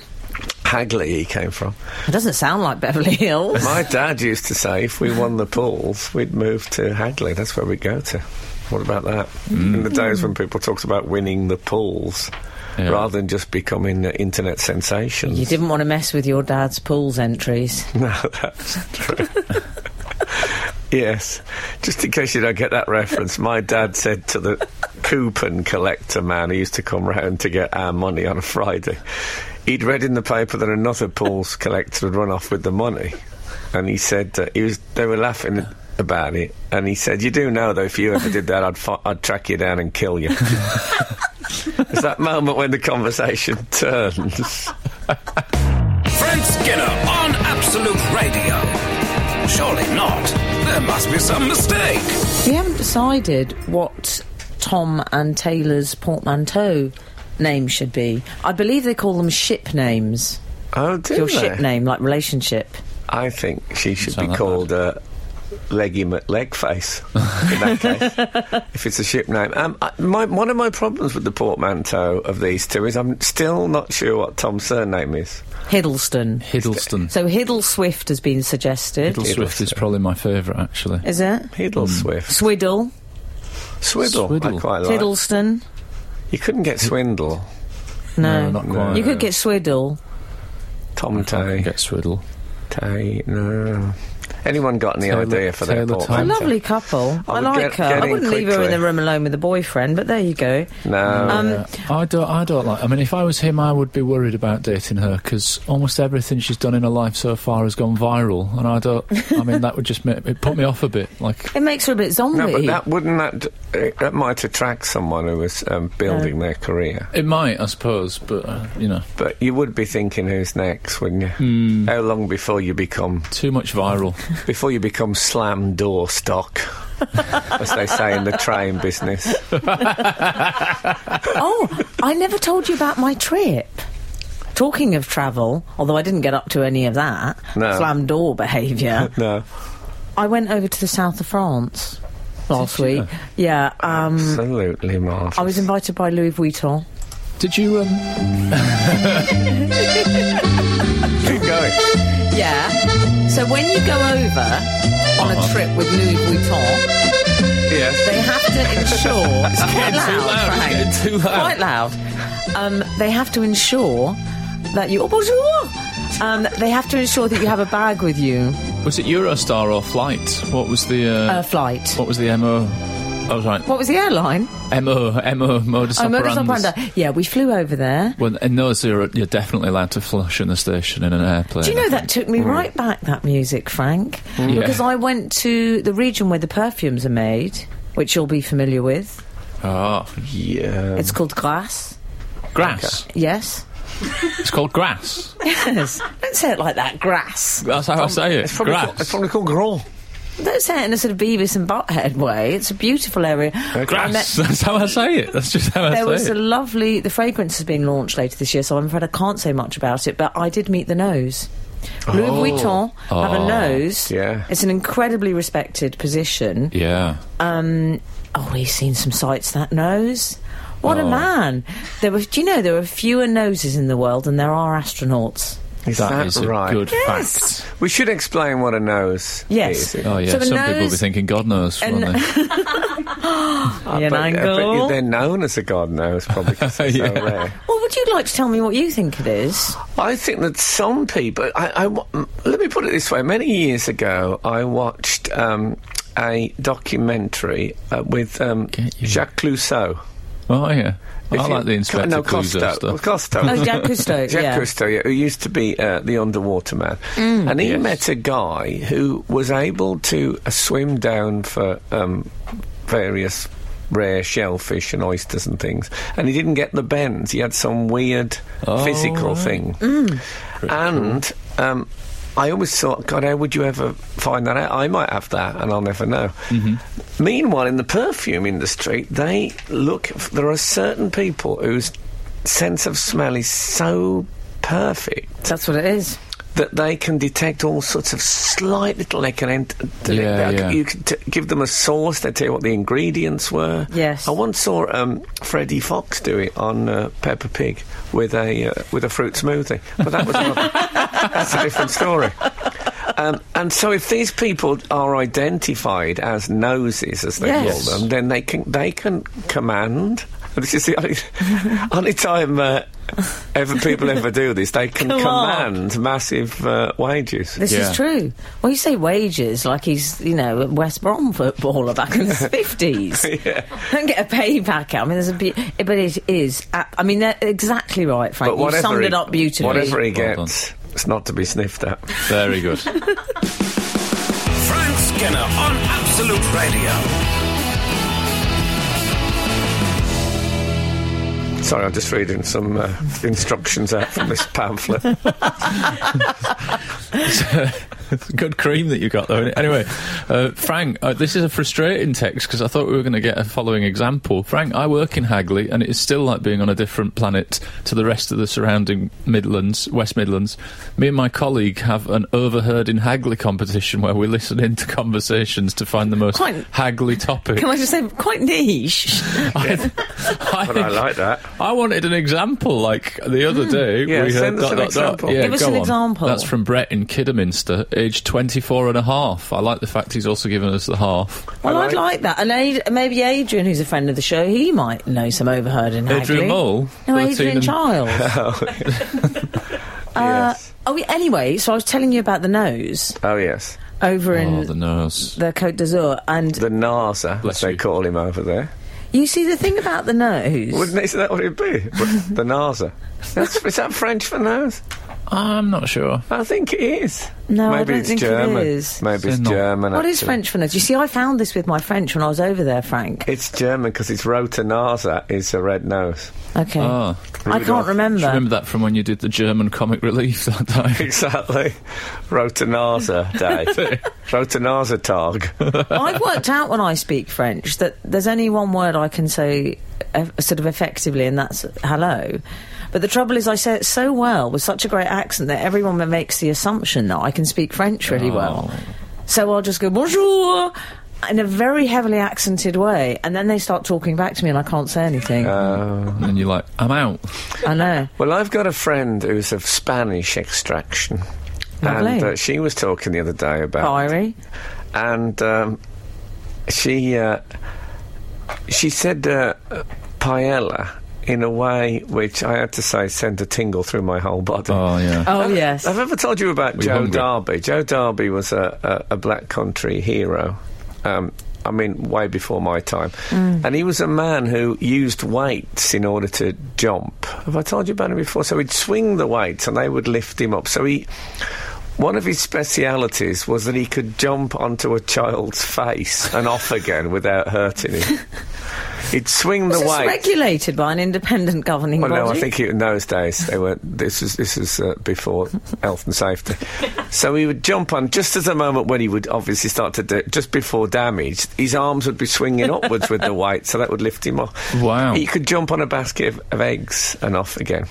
Hagley. He came from. It doesn't sound like Beverly Hills. My dad used to say if we won the pools, we'd move to Hagley. That's where we'd go to. What about that? In the days when people talked about winning the pools Yeah. rather than just becoming uh, internet sensations. You didn't want to mess with your dad's pools entries. No, that's true. yes. Just in case you don't get that reference, my dad said to the coupon collector man who used to come round to get our money on a Friday, he'd read in the paper that another pools collector had run off with the money. And he said that he was, they were laughing about it. And he said, You do know, though, if you ever did that, I'd, fi- I'd track you down and kill you. it's that moment when the conversation turns. Frank Skinner on Absolute Radio. Surely not. There must be some mistake. We haven't decided what Tom and Taylor's portmanteau name should be. I believe they call them ship names. Oh, do Your they? ship name, like relationship. I think she should Sound be like called uh, Leggy McLegface. In that case, if it's a ship name, um, I, my, one of my problems with the portmanteau of these two is I'm still not sure what Tom's surname is. Hiddleston. Hmm. Hiddleston. So Hiddle Swift has been suggested. Hiddle Swift is probably my favourite, actually. Is it? Hiddle Swift, Swiddle. Swiddle. I Hmm. Swiddle. quite like. Hiddleston. You couldn't get Swindle, No. not quite. you could get Swiddle. Tom I Tay, get Swiddle. Tay. No. Anyone got any Taylor- idea for Taylor their Tom. A portmanteau? lovely couple. I, would like get- her. get I in wouldn't leave her in quickly. the room alone with a boyfriend, but there you go. No. Um, I don't. I don't like. I mean, if I was him, I would be worried about dating her because almost everything she's done in her life so far has gone viral, and I don't. I mean, that would just make, it put me off a bit. Like, It makes her a bit zombie. no, but that wouldn't that uh, that might attract someone who was um, building their career. it might, I suppose, but uh, you know, But you would be thinking who's next, wouldn't you? Hmm. How long before you become too much viral. before you become slam door stock, as they say in the train business? oh, I never told you about my trip. Talking of travel, although I didn't get up to any of that No. slam door behaviour, No, I went over to the south of France last week. Yeah, um, absolutely, Marv. I was invited by Louis Vuitton Did you? Um, Keep going. Yeah. So when you go over on Uh-huh. a trip with Louis Vuitton, Yes. they have to ensure. it's quite getting too loud, it's Frank. getting too loud. Quite loud. Um, they have to ensure that you. Oh, bonjour! Um, they have to ensure that you have a bag with you. uh, was it Eurostar or flight? What was the? Uh, A flight. what was the mo? Oh right, What was the airline? mo mo modus Oh, modus operandi. operandi. Yeah, we flew over there. Well, in those you're, you're definitely allowed to flush in the station in an airplane. Do you know that took me right back, that music, Frank? Mm. Yeah. Because I went to the region where the perfumes are made, which you'll be familiar with. Oh, Yeah. It's called Grasse. grass. Yes? It's called grass. Yes. Don't say it like that, grass. That's how I say it. It's probably, called, it's Grass. probably called Grand. Don't say it in a sort of Beavis and Butthead way. It's a beautiful area. I Grass. met- That's how I say it. That's just how There I was say a it. lovely. The fragrance has been launched later this year, so I'm afraid I can't say much about it. But I did meet the nose. Louis Vuitton have Oh. a nose. Yeah. it's an incredibly respected position. Yeah. Um, oh, he's seen some sights. That nose. What a Oh. man! There were. Do you know there are fewer noses in the world than there are astronauts? Is that is a right? good Yes. fact. We should explain what a nose Yes. is. Oh yeah, So the some people will be nose- thinking God knows, won't And- they? Ian But, uh, but Angle. they're known as a god nose, probably 'cause they're so Yeah. rare. well, would you like to tell me what you think it is? I think that some people. I, I wa- m- let me put it this way: many years ago, I watched um, a documentary uh, with um, Get you. Jacques Clouseau. Oh yeah. If I you- like the Inspector no, Clouseau Costo. stuff. Costo. Oh, Jack Cousteau. Jack yeah. Mm. Cousteau, yeah, who used to be uh, the underwater man. and he met a guy who was able to uh, swim down for um, various rare shellfish and oysters and things. And he didn't get the bends. He had some weird Oh, physical right. thing. And. Um, I always thought, God, how would you ever find that out? I might have that, and I'll never know. Meanwhile, in the perfume industry, they look. There are certain people whose sense of smell is so perfect That's what it is. that they can detect all sorts of slight little. They can ent- Yeah, they- yeah. You can t- give them a sauce. They tell you what the ingredients were. Yes. I once saw um, Freddie Fox do it on uh, Peppa Pig with a uh, with a fruit smoothie, but that was another, that's a different story. Um, and so, if these people are identified as noses, as they Yes. call them, then they can they can command. and This is the only, only time uh, ever people ever do this. They can Come on. command and massive uh, wages. This Yeah. is true. Well, you say wages like he's, you know, a West Brom footballer back in his 50s. Don't get a payback out. I mean, there's a be- but it is. ap- I mean, they're exactly right, Frank. You summed he, it up beautifully. Whatever he Well gets, it's not to be sniffed at. Very good. Frank Skinner on Absolute Radio. Sorry, I'm just reading some uh, instructions out from this pamphlet. It's Good cream that you got, though. innit? Anyway, uh, Frank, uh, this is a frustrating text because I thought we were going to get a following example. Frank, I work in Hagley, and it is still like being on a different planet to the rest of the surrounding Midlands, West Midlands. Me and my colleague have an overheard in Hagley competition where we listen into conversations to find the most Quite- Hagley topic. Can I just say, quite niche. I, I but I think- like that. I wanted an example like the other day. Hmm. Yeah, we send heard us dot, an dot, dot. example. Yeah, Give us go an on. example. That's from Brett in Kidderminster, aged 24 and a half. I like the fact he's also given us the half. Well, I I'd like that. And Ad- maybe Adrian, who's a friend of the show, he might know some overheard in Hagley. Adrian Mole, No, 13 Adrian and- Childs. Uh, yes. oh, yeah, anyway, so I was telling you about the nose Oh, yes. over Oh, in the the, nose. Côte d'Azur, and The NASA, Bless as they you. call him over there. You see, the thing about the nose. Wouldn't it, isn't that what it'd be? the NASA. That's, is that French for nose? I'm not sure. I think it is. No, I Maybe don't it's think it German. is. Maybe it's They're not. German. what is actually. French for nose? You see, I found this with my French when I was over there, Frank. It's German because it's Rota NASA is a red nose. Okay. Ah, I can't do you remember. remember that from when you did the German comic relief that time? Exactly. Rotanasa Day. Rotanasa Tag. I've worked out when I speak French that there's only one word I can say uh, sort of effectively, and that's hello. But the trouble is, I say it so well with such a great accent that everyone makes the assumption that I can speak French really well. So I'll just go bonjour. in a very heavily accented way, and then they start talking back to me, and I can't say anything. And then you're like, I'm out. I know. Well, I've got a friend who's of Spanish extraction. And Lovely. Oh, uh, she was talking the other day about. Fiery. and um, she uh, she said uh, paella in a way which I had to say sent a tingle through my whole body. Oh, yeah. Oh yes. I've ever told you about Were you Joe hungry? Darby. Joe Darby was a, a, a black country hero. Um, I mean, way before my time. Mm. And he was a man who used weights in order to jump. Have I told you about him before? So he'd swing the weights and they would lift him up. So he. One of his specialities was that he could jump onto a child's face and off again without hurting him. He'd swing Was the this weight. regulated by an independent governing Well, body? no, I think in those days they were. This is this is uh, before health and safety. So he would jump on just at the moment when he would obviously start to do, just before damage. His arms would be swinging upwards with the weight, so that would lift him off. Wow. He could jump on a basket of, of eggs and off again.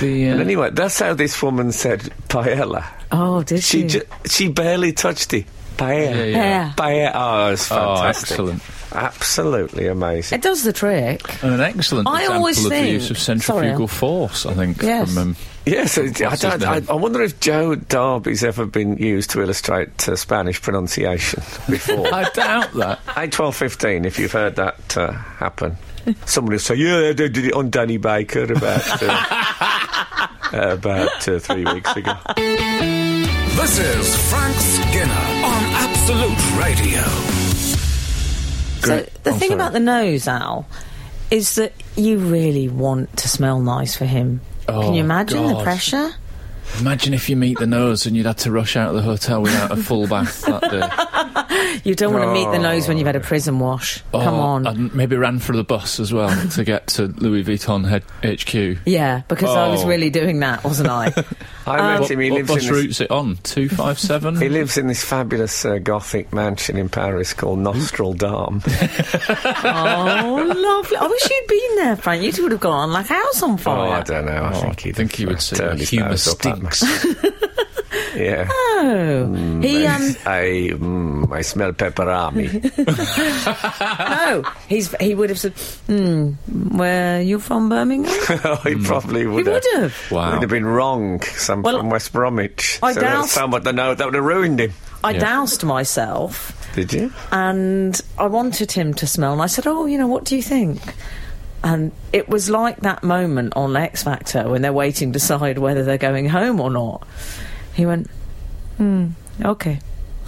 The, uh, And anyway, that's how this woman said paella. Oh, did She you? ju- she barely touched it. Paella. Yeah, yeah. Yeah. Paella. Oh, it's Oh, fantastic. excellent. Absolutely amazing. It does the trick. And an excellent I example always of the think- use of centrifugal Sorry. force, I think. Yes. From, um, Yes, it- I, What's his don't, I, name? I wonder if Joe Darby's ever been used to illustrate uh, Spanish pronunciation before. I doubt that. 8, 12, 15, if you've heard that uh, happen. Somebody will say, yeah, they did it on Danny Baker about, uh, about uh, three weeks ago. This is Frank Skinner on Absolute Radio. So Great. the Oh, thing sorry. about the nose, Al, is that you really want to smell nice for him. Can Oh, you imagine God. the pressure? Imagine if you meet the nose and you'd had to rush out of the hotel without a full bath that day. You don't want to meet the nose when you've had a prison wash. Come Oh, Or- uh, on. And maybe ran for the bus as well to get to Louis Vuitton head HQ. yeah, because I was Oh. really doing that, wasn't I? I met him, he Uh, what lives, bus in this, route's it on? he 257? lives in this fabulous uh, Gothic mansion in Paris called Nostril Hmm? Dame. oh, lovely. I wish you'd been there, Frank. You two would have gone on like a house on Oh, I fire. don't know. I think I he'd think he have, would uh, say turned his humour nose up at me. stinks. Oh, Yeah. no. He, um, I, mm, I smell pepperami. no. He's, he would have said, hmm, where you from, Birmingham? Oh, he probably He would would have. Mm. Wow. He'd have been wrong. 'cause I'm Well, from West Bromwich. I so that's doused- Someone that know that would have ruined him. I Yeah. doused myself Did you? and I wanted him to smell. And I said, "Oh, you know, what do you think?" And it was like that moment on X Factor when they're waiting to decide whether they're going home or not. He went, "Hmm, okay."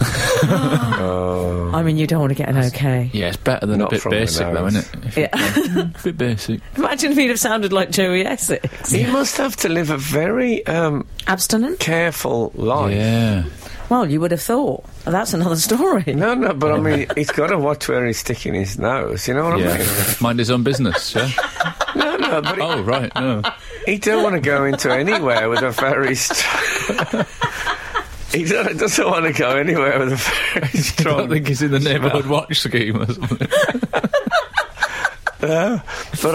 I mean, you don't want to get an okay. Yeah, it's better than Not a bit from the basic, though, nose. isn't it? If Yeah. you- a bit basic. Imagine if he'd have sounded like Joey Essex. He must have to live a very um, Abstinent? careful life. Yeah. Well, you would have thought. That's another story. No, no, but I mean, he's got to watch where he's sticking his nose. You know what I mean? yeah. Mind his own business, yeah? No, no, but Oh, right, no. he, he don't want to go into anywhere with a very. St- he don't, doesn't want to go anywhere with a very I don't strong. think he's in the neighbourhood watch scheme or something. But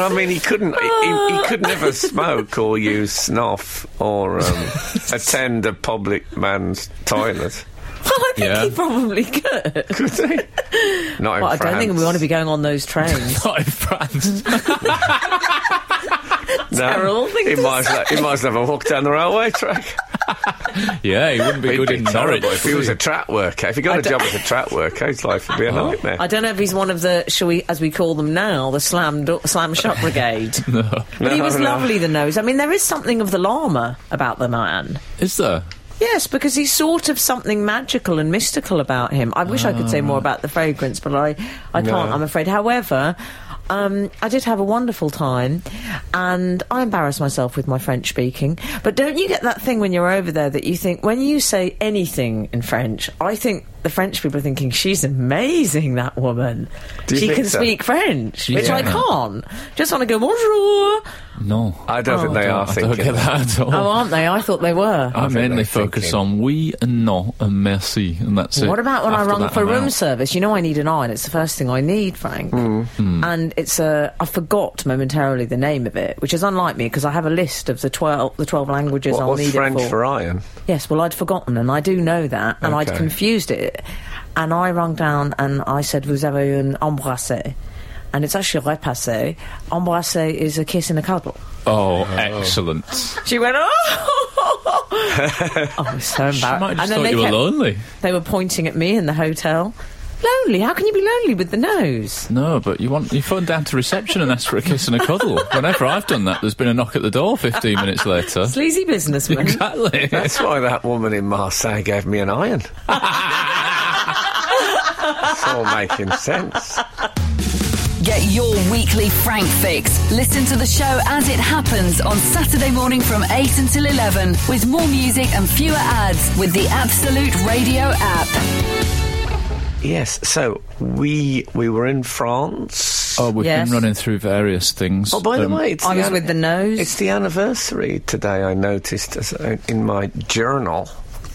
I mean, he couldn't. He, Ah. he, he could never smoke or use snuff or um, attend a public man's toilet. Well, I think Yeah. he probably could. Could he? Not in Well, I don't think we want to be going on those trains. Not in France. terrible thing He to might, as well- he might as well have walked down the railway track. yeah, he wouldn't be He'd good be in Norwich. terrible if he would was a track worker. If he got a job as a track worker, his life would be a Oh. nightmare. I don't know if he's one of the, shall we, as we call them now, the slam do- slam shut brigade. no. But he No, was no. lovely, the nose. I mean, there is something of the llama about the man. Is there? Yes, because he's sort of something magical and mystical about him. I wish I could say Ah. more about the fragrance, but I, I can't, I'm afraid. However, um, I did have a wonderful time, and I embarrassed myself with my French speaking. But don't you get that thing when you're over there that you think, when you say anything in French, I think the French people are thinking, she's amazing, that woman. you She think can so? speak French, which I Yeah. can't. Just want to go, bonjour. No. I don't think they are I Oh, don't thinking. get that. that at all. Oh, aren't they? I thought they were. I, think mainly they're focus thinking- on we and no and merci, and that's it. What about when I After rung that, for I'm room out. service? You know, I need an iron. It's the first thing I need, Frank. Hmm. Hmm. And it's a. I forgot momentarily the name of it, which is unlike me because I have a list of the twelve the twelve languages What, I'll what's need French it for. for iron? Yes, well, I'd forgotten, and I do know that, and I'd Okay. confused it. And I rung down and I said, Vous avez un embrassé. And it's actually repassé. Embrassé is a kiss in a cuddle. Oh, excellent. She went, Oh! I was so embarrassed. She might have just and then thought they, you were kept- lonely. they were pointing at me in the hotel. Lonely? How can you be lonely with the nose? No, but you want you phone down to reception and ask for a kiss and a cuddle. Whenever I've done that, there's been a knock at the door 15 minutes later. Sleazy businessman. exactly. That's why that woman in Marseille gave me an iron. it's all making sense. Get your weekly Frank fix. Listen to the show as it happens on Saturday morning from 8 until 11 with more music and fewer ads with the Absolute Radio app. Yes, so we we were in France. Oh, we've Yes. been running through various things. Oh, by the Um, way, it's I the was an- with the nose. It's the anniversary today. I noticed as I- in my journal.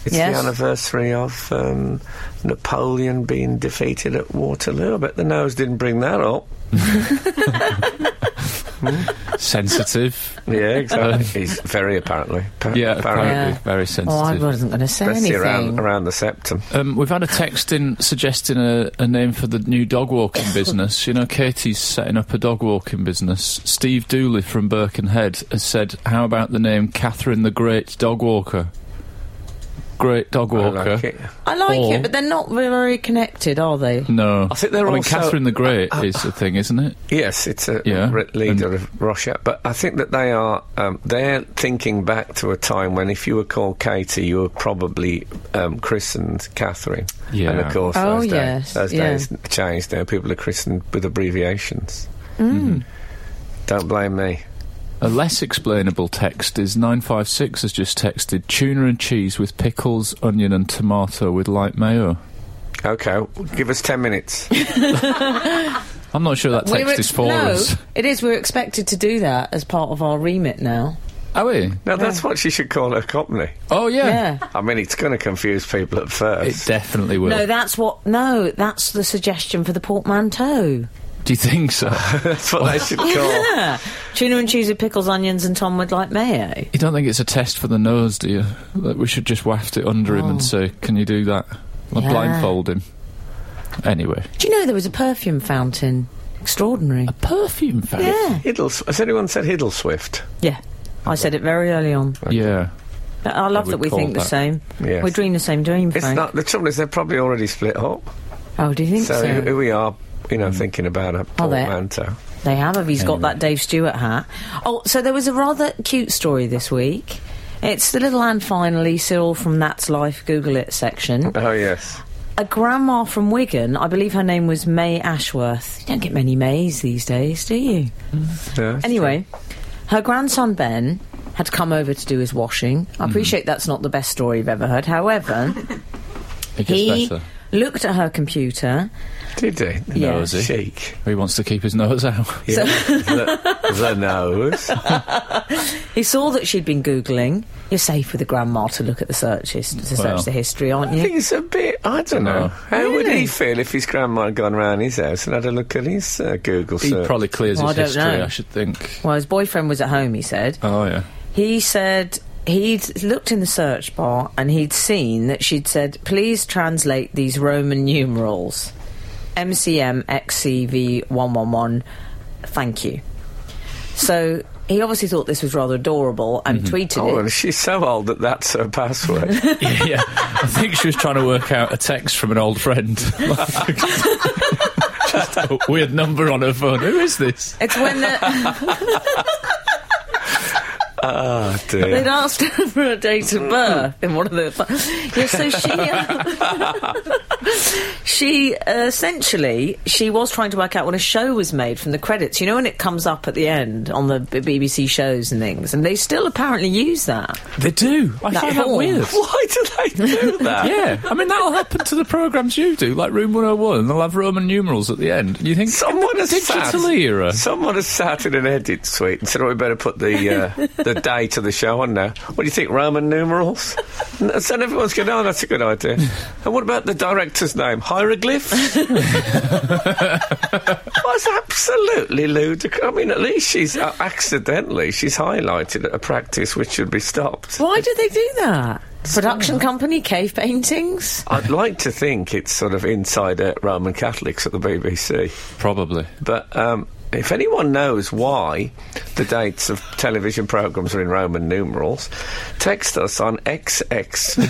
It's Yes. the anniversary of um, Napoleon being defeated at Waterloo. I bet the nose didn't bring that up. sensitive. Yeah, exactly. He's very apparently. Pa- Yeah, apparently Yeah. very oh, I sensitive. wasn't going to say Especially anything. around, around the septum. um, we've had a text in suggesting a, a name for the new dog walking business. You know, Katie's setting up a dog walking business. Steve Dooley from Birkenhead has said, "How about the name Catherine the Great Dog Walker?" Great dog I walker. like it. I like Or- it, but they're not very connected, are they? No, I think they're I mean, also- Catherine the Great is the thing, isn't it? Yes, it's a Yeah, re- leader and- of Russia, but I think that they are um, they're thinking back to a time when if you were called Katie, you were probably um, christened Catherine. and Yeah. of course, Oh, those, yes, days, those yeah. days changed. Now people are christened with abbreviations. Mm. Mm-hmm. Don't blame me. A less explainable text is 956 has just texted tuna and cheese with pickles, onion, and tomato with light mayo. Okay, w- give us ten minutes. I'm not sure that text We're is ex- for no, us. it is. We're expected to do that as part of our remit now. Are we? now that's what she should call her company. Oh, yeah. Yeah. I mean, it's going to confuse people at It first. definitely will. No, that's what. No, that's the suggestion for the portmanteau. Do you think so? that's what they should call. Yeah. Tuna and cheese with pickles, onions, and Tom would like mayo. you don't think it's a test for the nose, do you? That we should just waft it under him and say, can you do that? Or Oh. Yeah. blindfold him. Anyway. Do you know there was a perfume fountain? Extraordinary. Perfume fan. Yeah. Hiddles- has anyone said Hiddleswift? Yeah. I said it very early on. Yeah. But I love I that would we call think the that- same. Yes. We dream the same dream, It's Frank. not. The trouble is, they're probably already split up. oh, do you think So so? here we are, you know, thinking about a Are they? portmanteau. They have if he's got that Dave Stewart hat. Oh, so there was a rather cute story this week. It's the little and finally Cyril from That's Life Google It section. Oh yes. A grandma from Wigan, I believe her name was May Ashworth. You don't get many Mays these days, do you? Yeah. Anyway, her grandson Ben had come over to do his washing. Mm-hmm. I appreciate that's not the best story you've ever heard. However, It gets he better. looked at her computer. Did he? Yeah. Nose, eh? Chic. He wants to keep his nose out. Yeah. the, the nose. He saw that she'd been Googling. You're safe with a grandma to look at the searches, to Well. search the history, aren't I you? think it's a bit. I don't know. No. How would he Really? feel if his grandma had gone round his house and had a look at his uh, Google He search? probably clears Well, his Oh, I don't history, know. I should think. Well, his boyfriend was at home, he said. Oh, yeah. He said he'd looked in the search bar and he'd seen that she'd said, please translate these Roman numerals MCMXCV111. Thank you. So he obviously thought this was rather adorable and tweeted Oh, it. and she's so old that that's her password. yeah, I think she was trying to work out a text from an old friend. Just a weird number on her phone. Who is this? It's when the. Ah, dear. They'd asked her for a date of birth in one of the. Yeah, so she. uh, she uh, essentially she was trying to work out when a show was made from the credits. You know when it comes up at the end on the B- BBC shows and things, and they still apparently use that. They do. I That find that horn. weird. Why do they do that? Yeah, I mean that'll happen to the programs you do, like Room 101, and they'll have Roman numerals at the end. You think Someone has digital sat, era? Someone has sat in an edit suite and said, oh, "We better put the uh, the date of the show on now." What do you think, Roman numerals? And so everyone's going, "Oh, that's a good idea." And what about the director's name? Hieroglyphs. That's absolutely ludicrous. I mean, at least she's uh, accidentally she's highlighted a practice which should be stopped. Why do they do that? Production company, cave paintings. I'd like to think it's sort of insider Roman Catholics at the BBC. Probably. But um, if anyone knows why the dates of television programmes are in Roman numerals, text us on XXV.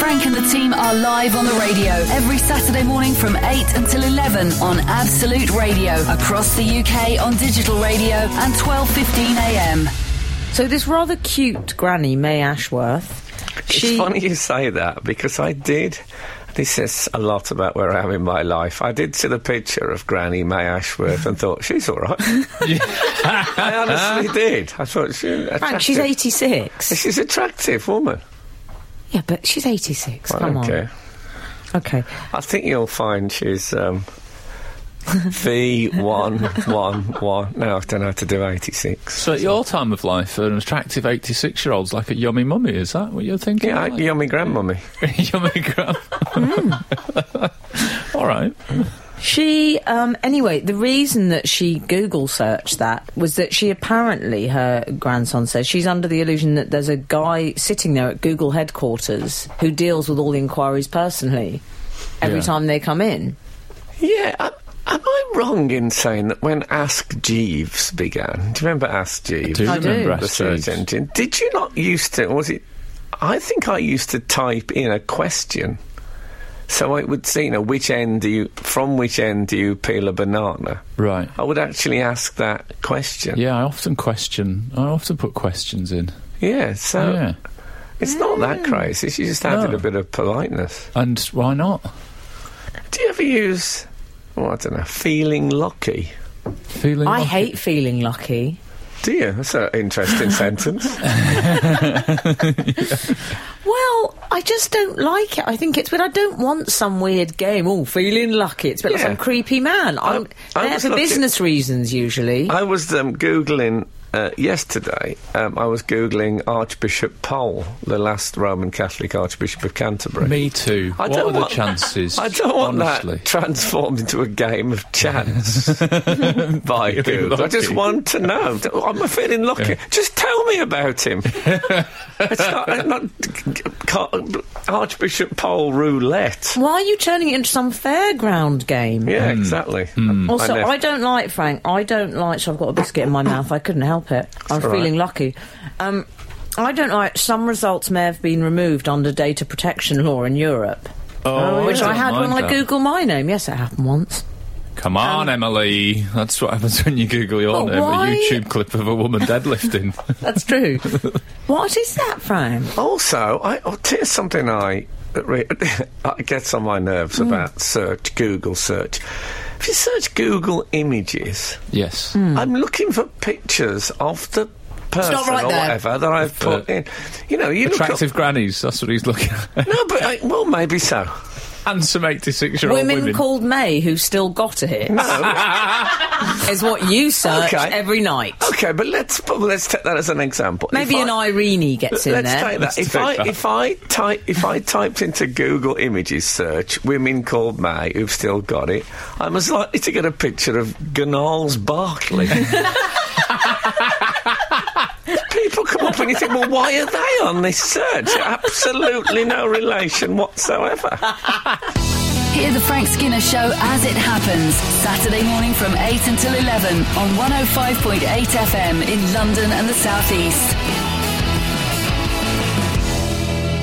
Frank and the team are live on the radio every Saturday morning from 8 until 11 on Absolute Radio, across the UK on digital radio and 12.15 a.m. So this rather cute granny May Ashworth. it's funny you say that because I did. This says a lot about where I am in my life. I did see the picture of Granny May Ashworth and thought she's all right. I honestly did. I thought she's attractive. Frank, she's 86. She's an attractive woman. Yeah, but she's 86. I Come don't care. on. Okay. I think you'll find she's um, V111. No, I don't know how to do 86. So at your time of life, an attractive 86-year-old's like a yummy mummy. Is that what you're thinking? Yeah, I, Like- yummy grandmummy. yummy gram. Hmm. All right. She, um, anyway, the reason that she Google searched that was that she apparently, her grandson says, she's under the illusion that there's a guy sitting there at Google headquarters who deals with all the inquiries personally every Yeah. time they come in. Yeah, am, am I wrong in saying that when Ask Jeeves began, do you remember Ask Jeeves? Do you I do. remember The Ask search Jeeves? engine. Did you not used to, was it, I think I used to type in a question. So it would say, you know, which end do you, from which end do you peel a banana? Right. I would actually ask that question. Yeah, I often question. I often put questions in. Yeah, so yeah. it's not that crazy. She just added No. a bit of politeness. And why not? Do you ever use, well, I don't know, feeling lucky? Feeling. I lucky. hate feeling lucky. Do you? That's an interesting sentence. Well, I just don't like it. I think it's weird. I don't want some weird game. Oh, feeling lucky. It's a bit like Yeah. some creepy man. I'm, I there was for lucky- business reasons usually. I was um, googling uh, yesterday. Um, I was googling Archbishop Pole, the last Roman Catholic Archbishop of Canterbury. Me too. I what don't are the want- chances? I don't want honestly? that transformed into a game of chance by Google. I just lucky. want to know. D- Am I feeling lucky? Just tell me about him. it's not, it's not g- g- Car- Archbishop Pole roulette. Why are you turning it into some fairground game? Hmm. Yeah, exactly. Also, left- I, don't like Frank. I don't like. So I've got a biscuit in my mouth. I couldn't help it. I'm all right. feeling lucky. Um, I don't like. Some results may have been removed under data protection law in Europe, Oh, which I don't had when mind I that. Google my name. Yes, it happened once. Come on, Emily. That's what happens when you Google your Um, But name. why- A YouTube clip of a woman deadlifting. That's true. what is that, Frank? Also, I, oh, here's something I that re- I gets on my nerves about search Google search. If you search Google images, yes. Hmm. I'm looking for pictures of the person Mm. not right or there. whatever that I've uh, put in. You know, you Attractive look grannies. That's what he's looking at. up, no, but I, well, maybe so. Handsome 86 year old Women, women. called May who still got it is what you search Okay. every night. Okay, but let's but let's take that as an example. Maybe If an I- Irene gets in Let's there. take that. If take I that. if I type if I typed into Google Images search women called May who've still got it, I'm as likely to get a picture of Gnarls Barkley. People come up and you think, well, why are they on this search? Absolutely no relation whatsoever. Hear the Frank Skinner Show as it happens, Saturday morning from 8 until 11 on 105.8 FM in London and the South East.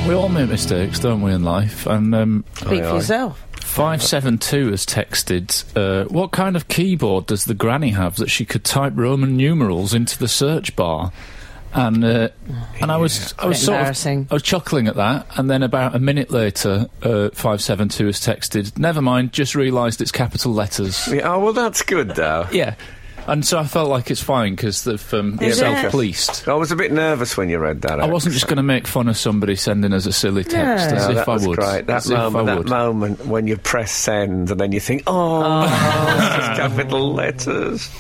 We all make mistakes, don't we, in life? And um, Speak for aye. yourself. Five seven two has texted. Uh, what kind of keyboard does the granny have that she could type Roman numerals into the search bar? And uh, and I was I was Bit sort of embarrassing. I was chuckling at that, and then about a minute later, uh, five seven two has texted. Never mind, just realised it's capital letters. Yeah, oh, well, that's good, though. yeah, and so I felt like it's fine because they've um, Is it? self-policed. I was a bit nervous when you read that. I wasn't just going to make fun of somebody sending us a silly text No. as No, if that I was would. great. That as moment, if I that would. moment when you press send and then you think, oh, it's just capital letters.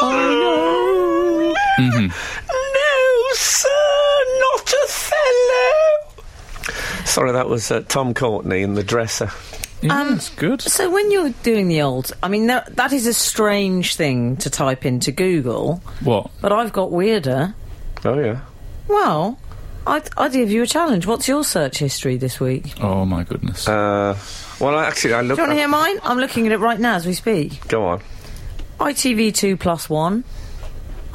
Oh, no. Mm-hmm. No, sir, not Othello. Sorry, that was uh, Tom Courtney in The Dresser. Yeah, Um, that's good. So when you're doing the old, I mean, that, that is a strange thing to type into Google, What? but I've got weirder. Oh, yeah. Well, I'd, I'd give you a challenge. What's your search history this week? Do Oh my goodness. Uh, well, I- actually, I looked. you want to hear mine? I'm looking at it right now as we speak. Go on. ITV2 plus one.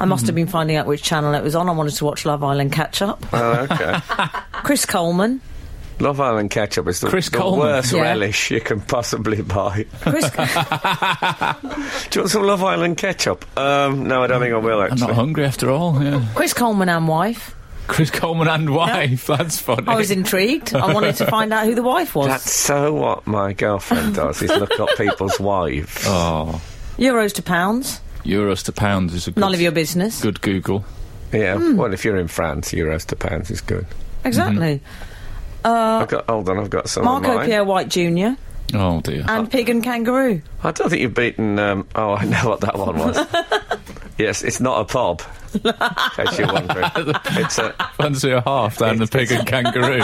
I must have been finding out which channel it was on. I wanted to watch Love Island catch up. Oh, okay. Chris Coleman. Love Island ketchup is the, Chris the Coleman. worst Yeah. relish you can possibly buy. Chris, Do you want some Love Island ketchup? Um, no, I don't think I will, I'm actually. not hungry after all. Yeah. Chris Coleman and wife. Chris Coleman and wife. That's funny. I was intrigued. I wanted to find out who the wife was. That's so what my girlfriend does is look up people's wives. oh, Euros to pounds. euros to pounds is a good, None of your business. good Google. Yeah, Hmm. well, if you're in France, euros to pounds is good. Exactly. I've got, hold on, I've got some of Uh, Marco Mm-hmm. mine. Uh. Pierre White Jr. Oh dear. and Pig and Kangaroo. I don't think you've beaten. Um, oh, I know what that one was. yes, it's not a pub. in case you're wondering, it's a. Fancy a half down the pig and kangaroo.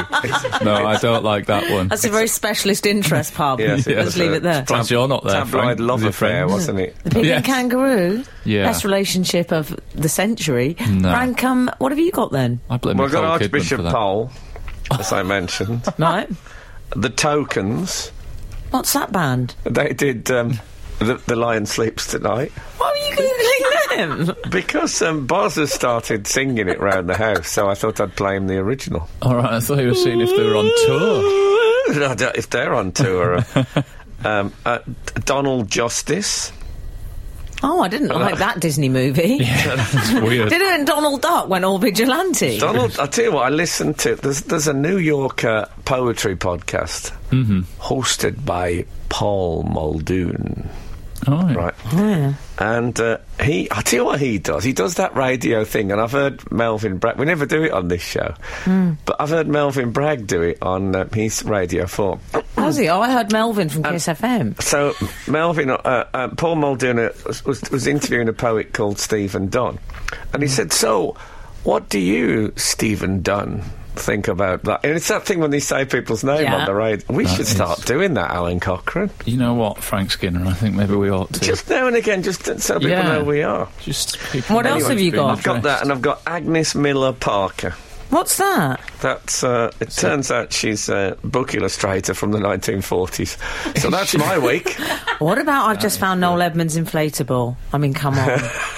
no, I don't like that one. That's a very specialist interest pub. Yes, it Let's was leave a it there. Glad you're not there. Tabloid Frank, love with your affair, friends. wasn't it? The Pig and Yes. Kangaroo. Yeah. Best relationship of the century. No. Frank, um, what have you got then? I blame Well, I've got Nicole Kidman Archbishop for that. Pole, as I mentioned. Right. The Tokens. What's that band? They did um, the, the Lion Sleeps Tonight. Why were you googling them? Because um, Boz has started singing it round the house, so I thought I'd play him the original. All right, I thought you were seeing if they were on tour. I don't- if they're on tour. um, uh, Donald Justice. Oh, I didn't like that Disney movie. It's weird. Did it and Donald Duck went all vigilante? Donald, I tell you what, I listened to. There's, there's a New York uh, poetry podcast Mm-hmm. hosted by Paul Muldoon. All right. Right. And uh, he, I tell you what he does. He does that radio thing, and I've heard Melvin Bragg. We never do it on this show, but I've heard Melvin Bragg do it on um, his Radio Four. How's he? Oh, I heard Melvin from Kiss FM. So Melvin, uh, uh, Paul Muldoon uh, was, was interviewing a poet called Stephen Dunn, and he said, "So, what do you, Stephen Dunn?" Think about that, and it's that thing when they say people's name Yeah. on the radio. We should is- start doing that, Alan Cochrane. You know what, Frank Skinner? I think maybe we ought to. Just now and again, just so people Yeah. know who we are. Just people What know else it's have you been got? I've got addressed. that, and I've got Agnes Miller Parker. What's that? That's. Uh, it turns out she's a book illustrator from the 1940s. So that's my week. What about I've just found Noel Edmonds inflatable? I mean, come on.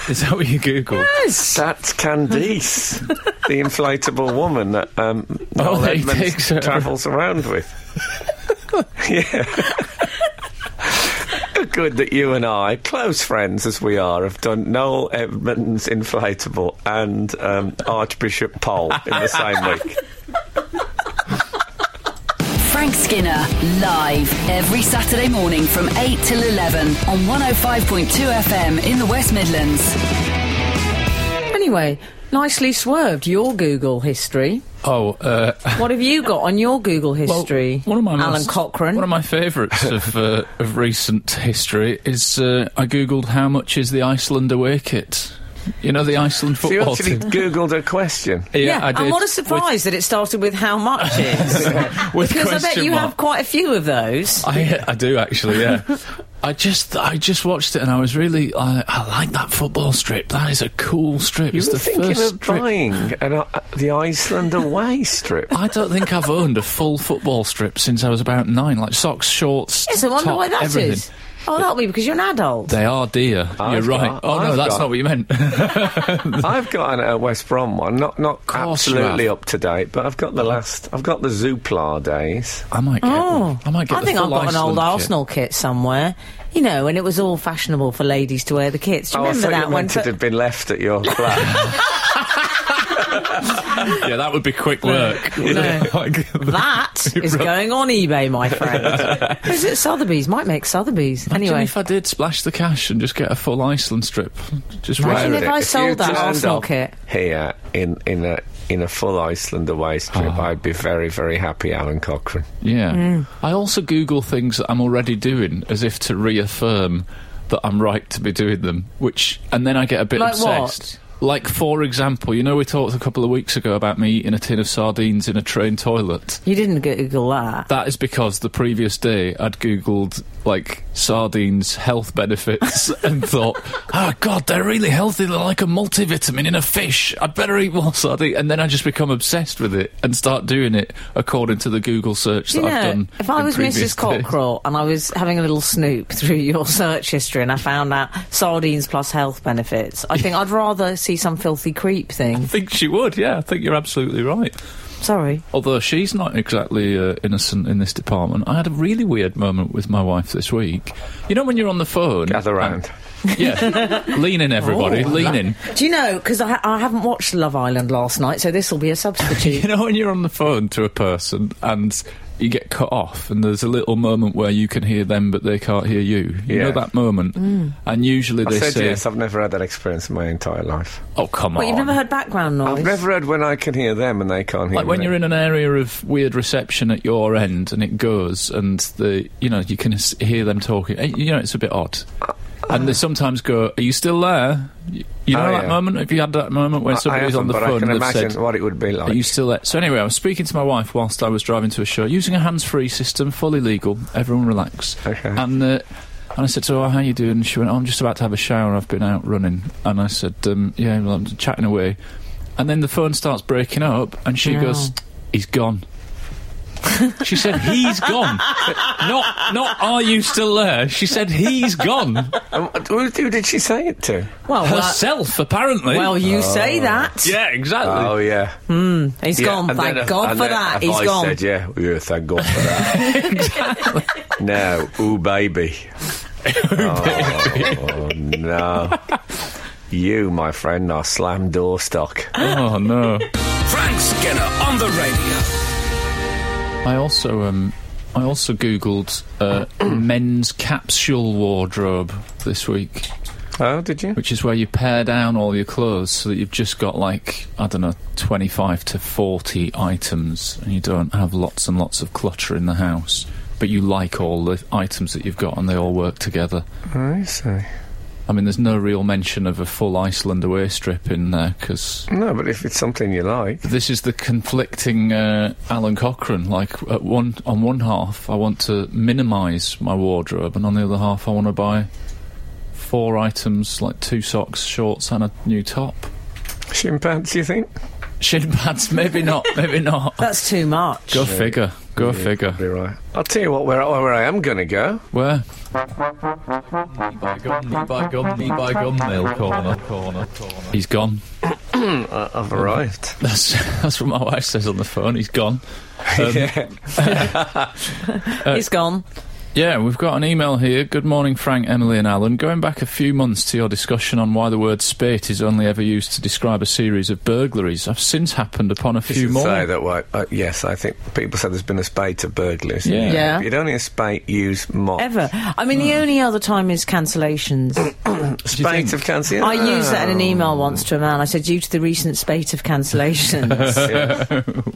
Is that what you Googled? yes. That's Candice, the inflatable woman that um, Noel that he Edmonds takes her. travels around with. yeah. Good that you and I, close friends as we are, have done Noel Edmonds inflatable and um, Archbishop Pole in the same week. Frank Skinner, live every Saturday morning from 8 till 11 on 105.2 FM in the West Midlands. Anyway, nicely swerved your Google history. Oh, uh, What have you got on your Google well, history? one of my Alan most- Cochrane. One of my favourites of uh, of recent history is uh, I googled how much is the Iceland away kit. You know the Iceland So you football actually team. Googled a question. yeah, I and did, what a surprise that it started with how much is. With, with because I bet question you mark. have quite a few of those. I, I do actually, yeah. I just I just watched it and I was really I, I like that football strip. That is a cool strip. You it's were the thinking first of strip. buying an, uh, the Iceland away strip. I don't think I've owned a full football strip since I was about nine, like socks, shorts, Yes, I wonder top, why that is. everything. Oh, that'll be because you're an adult. They are dear. You're I've right. got- oh no, I've that's got- not what you meant. I've got an uh, West Brom one, not not course you absolutely have. up to date, but I've got the last. I've got the Zoopla days. I might get. Oh, one. I might get. the think I've full got an Iceland old kit. Arsenal kit somewhere. You know, when it was all fashionable for ladies to wear the kits. Do you oh, I remember thought that you one? meant it had been left at your flat. Yeah, that would be quick work. Like, That is going on eBay, my friend. is it Sotheby's? Might make Sotheby's. Imagine Anyway, if I did splash the cash and just get a full Iceland strip, just Imagine wear if it. I sold you that turned Arsenal up kit. here in in a in a full Iceland away strip, Oh. I'd be very very happy, Alan Cochrane. Yeah. Mm. I also Google things that I'm already doing as if to reaffirm that I'm right to be doing them, which, and then I get a bit Like what? obsessed. Like, for example, you know, we talked a couple of weeks ago about me eating a tin of sardines in a train toilet. you didn't Google that. That is because the previous day I'd Googled, like, sardines health benefits and thought, oh, God, they're really healthy. They're like a multivitamin in a fish. I'd better eat more sardine. And then I just become obsessed with it and start doing it according to the Google search Do that you I've know, done. if I in was previous Mrs. days. Cockrell and I was having a little snoop through your search history and I found out sardines plus health benefits, I think I'd rather see some filthy creep I thing. think she would. Yeah, I think you're absolutely right. Sorry. Although she's not exactly uh, innocent in this department. I had a really weird moment with my wife this week. You know when you're on the phone, Gather and- round. Oh. yeah, lean in, everybody, lean in. Do you know? Because I, I haven't watched Love Island last night, so this will be a substitute. You know when you're on the phone to a person and you get cut off, and there's a little moment where you can hear them but they can't hear you. You know Yeah. that moment, Mm. and usually I they said say, yes. I've never had that experience in my entire life. "Oh come But on." you've never heard background noise. I've never heard when I can hear them and they can't hear like when me. you're in an area of weird reception at your end and it goes and the you know you can s- hear them talking Eh, you know it's a bit odd and they sometimes go are you still there Y- you know Oh, that yeah. moment have you had that moment when I- I somebody's haven't, on the but I phone can and they've imagine said what it would be like. are you still there? So anyway, I was speaking to my wife whilst I was driving to a show, using a hands-free system, fully legal. Everyone relax. Okay. And uh, and I said to her, "How you doing?" And she went, oh, "I'm just about to have a shower. I've been out running." And I said, um, "Yeah, well, I'm chatting away." And then the phone starts breaking up, and she No. goes, "He's gone." she said, "He's gone." not not are you still there? She said, "He's gone." Um, who, who did she say it to? Oh, Well, well, Herself, apparently. well, you say that. yeah, exactly. Oh yeah, He's Oh. yeah. gone. and then Thank if- God and for then that. if He's I gone. Said, yeah, yeah, thank God for that. exactly. No, ooh baby. oh no, you, my friend, are slam door stock. oh no. Frank Skinner on the radio. I also um, I also googled uh, men's capsule wardrobe this week, Oh, did you? which is where you pare down all your clothes so that you've just got like I don't know twenty five to forty items, and you don't have lots and lots of clutter in the house. But you like all the items that you've got, and they all work together. I see. I mean, there's no real mention of a full Iceland away strip in there because No, but if it's something you like, This is the conflicting uh, Alan Cochrane. Like at one on one half, I want to minimise my wardrobe, and on the other half, I want to buy four items like two socks, shorts, and a new top. shin pants, you think? Shin pads, maybe not, maybe not. That's too much. Go figure. Go Be figure. right. I'll tell you what, where, I- where I am going to go. Where? Knee by gum, knee by gum, knee by gum, nail corner, corner, corner. He's gone. I've arrived. That's that's what my wife says on the phone. He's gone. Um, yeah. He's gone. Yeah, we've got an email here. Good morning, Frank, Emily, and Alan. Going back a few months to your discussion on why the word spate is only ever used to describe a series of burglaries, I've since happened upon a few Should more. Say that way. Uh, yes, I think people said there's been a spate of burglaries. Yeah. Yeah. If you don't hear spate, use mop. Ever. I mean, the only other time is cancellations. Spate of cancer. I used that in an Oh. email once to a man. I said, due to the recent spate of cancellations.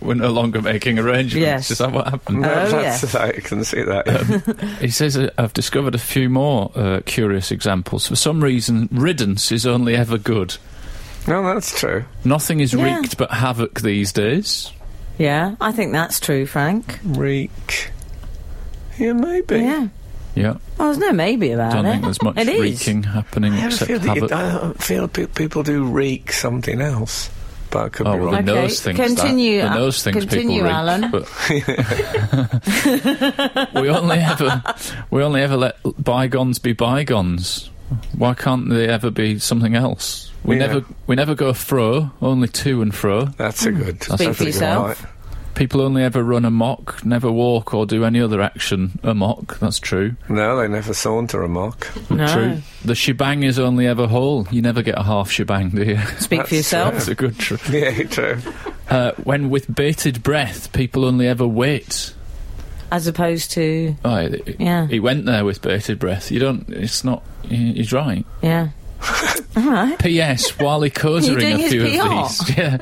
We're no longer making arrangements. Yes. Is that what happened? No, Oh, that's, I can see that. yeah. He says, uh, I've discovered a few more uh, curious examples. For some reason, riddance is only ever good. no, that's true. Nothing is Yeah. wreaked but havoc these days. yeah, I think that's true, Frank. Reek. Yeah, maybe. Yeah. Yeah, Oh, there's no maybe about don't it. think there's much It is. reeking happening I have a except feel that you- havoc. I don't feel pe- people do reek something else, but I could Oh be well, wrong. the Okay, nose thinks continue, that. Al- The nose thinks continue, people reek, Alan. but- we only ever we only ever let bygones be bygones. Why can't they ever be something else? We Yeah. never we never go fro, only to and fro. That's Hmm. a good. That's Speak a for good yourself. light. People only ever run amok, never walk or do any other action amok. That's true. No, they never saunter a mock. No. True. The shebang is only ever whole. You never get a half shebang, do you? Speak That's for yourself. That's a good tr Yeah, true. Uh, when with bated breath, people only ever wait. As opposed to, Oh, it, it- Yeah. He went there with bated breath. You don't. It's not. he- He's right. yeah. P.S. While he doing cozering a his few PR? of these, yeah.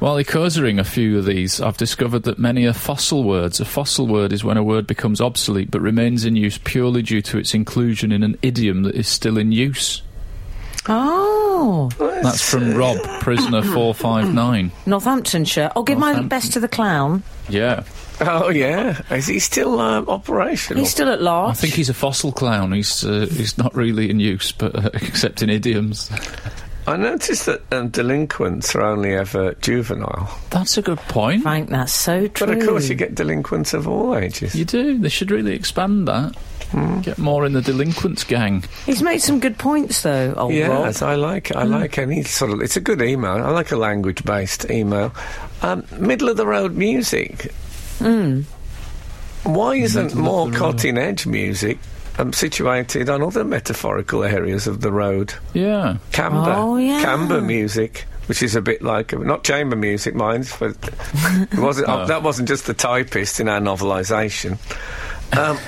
While he cozering a few of these, I've discovered that many are fossil words. A fossil word is when a word becomes obsolete but remains in use purely due to its inclusion in an idiom that is still in use. Oh, That's from Rob, prisoner four five nine. Northamptonshire. I'll give my Northampton. best to the clown. Yeah, Oh yeah, is he still um, operational? He's still at large. I think he's a fossil clown. He's uh, he's not really in use, but uh, except in idioms. I noticed that um, delinquents are only ever juvenile, That's a good point. Frank, that's so true. but of course you get delinquents of all ages. You do. They should really expand that. Hmm. Get more in the delinquents gang. He's made some good points, though, old Rob. Yes, Oh, I like I like any sort of. It's a good email. I like a language based email. Um, middle of the road music. Why isn't Middle of more the road. cutting edge music um, situated on other metaphorical areas of the road? Yeah. Camber, Oh, yeah. camber music. Which is a bit like not chamber music, mind, but it wasn't. Oh. uh, that wasn't just the typist in our novelisation. Um,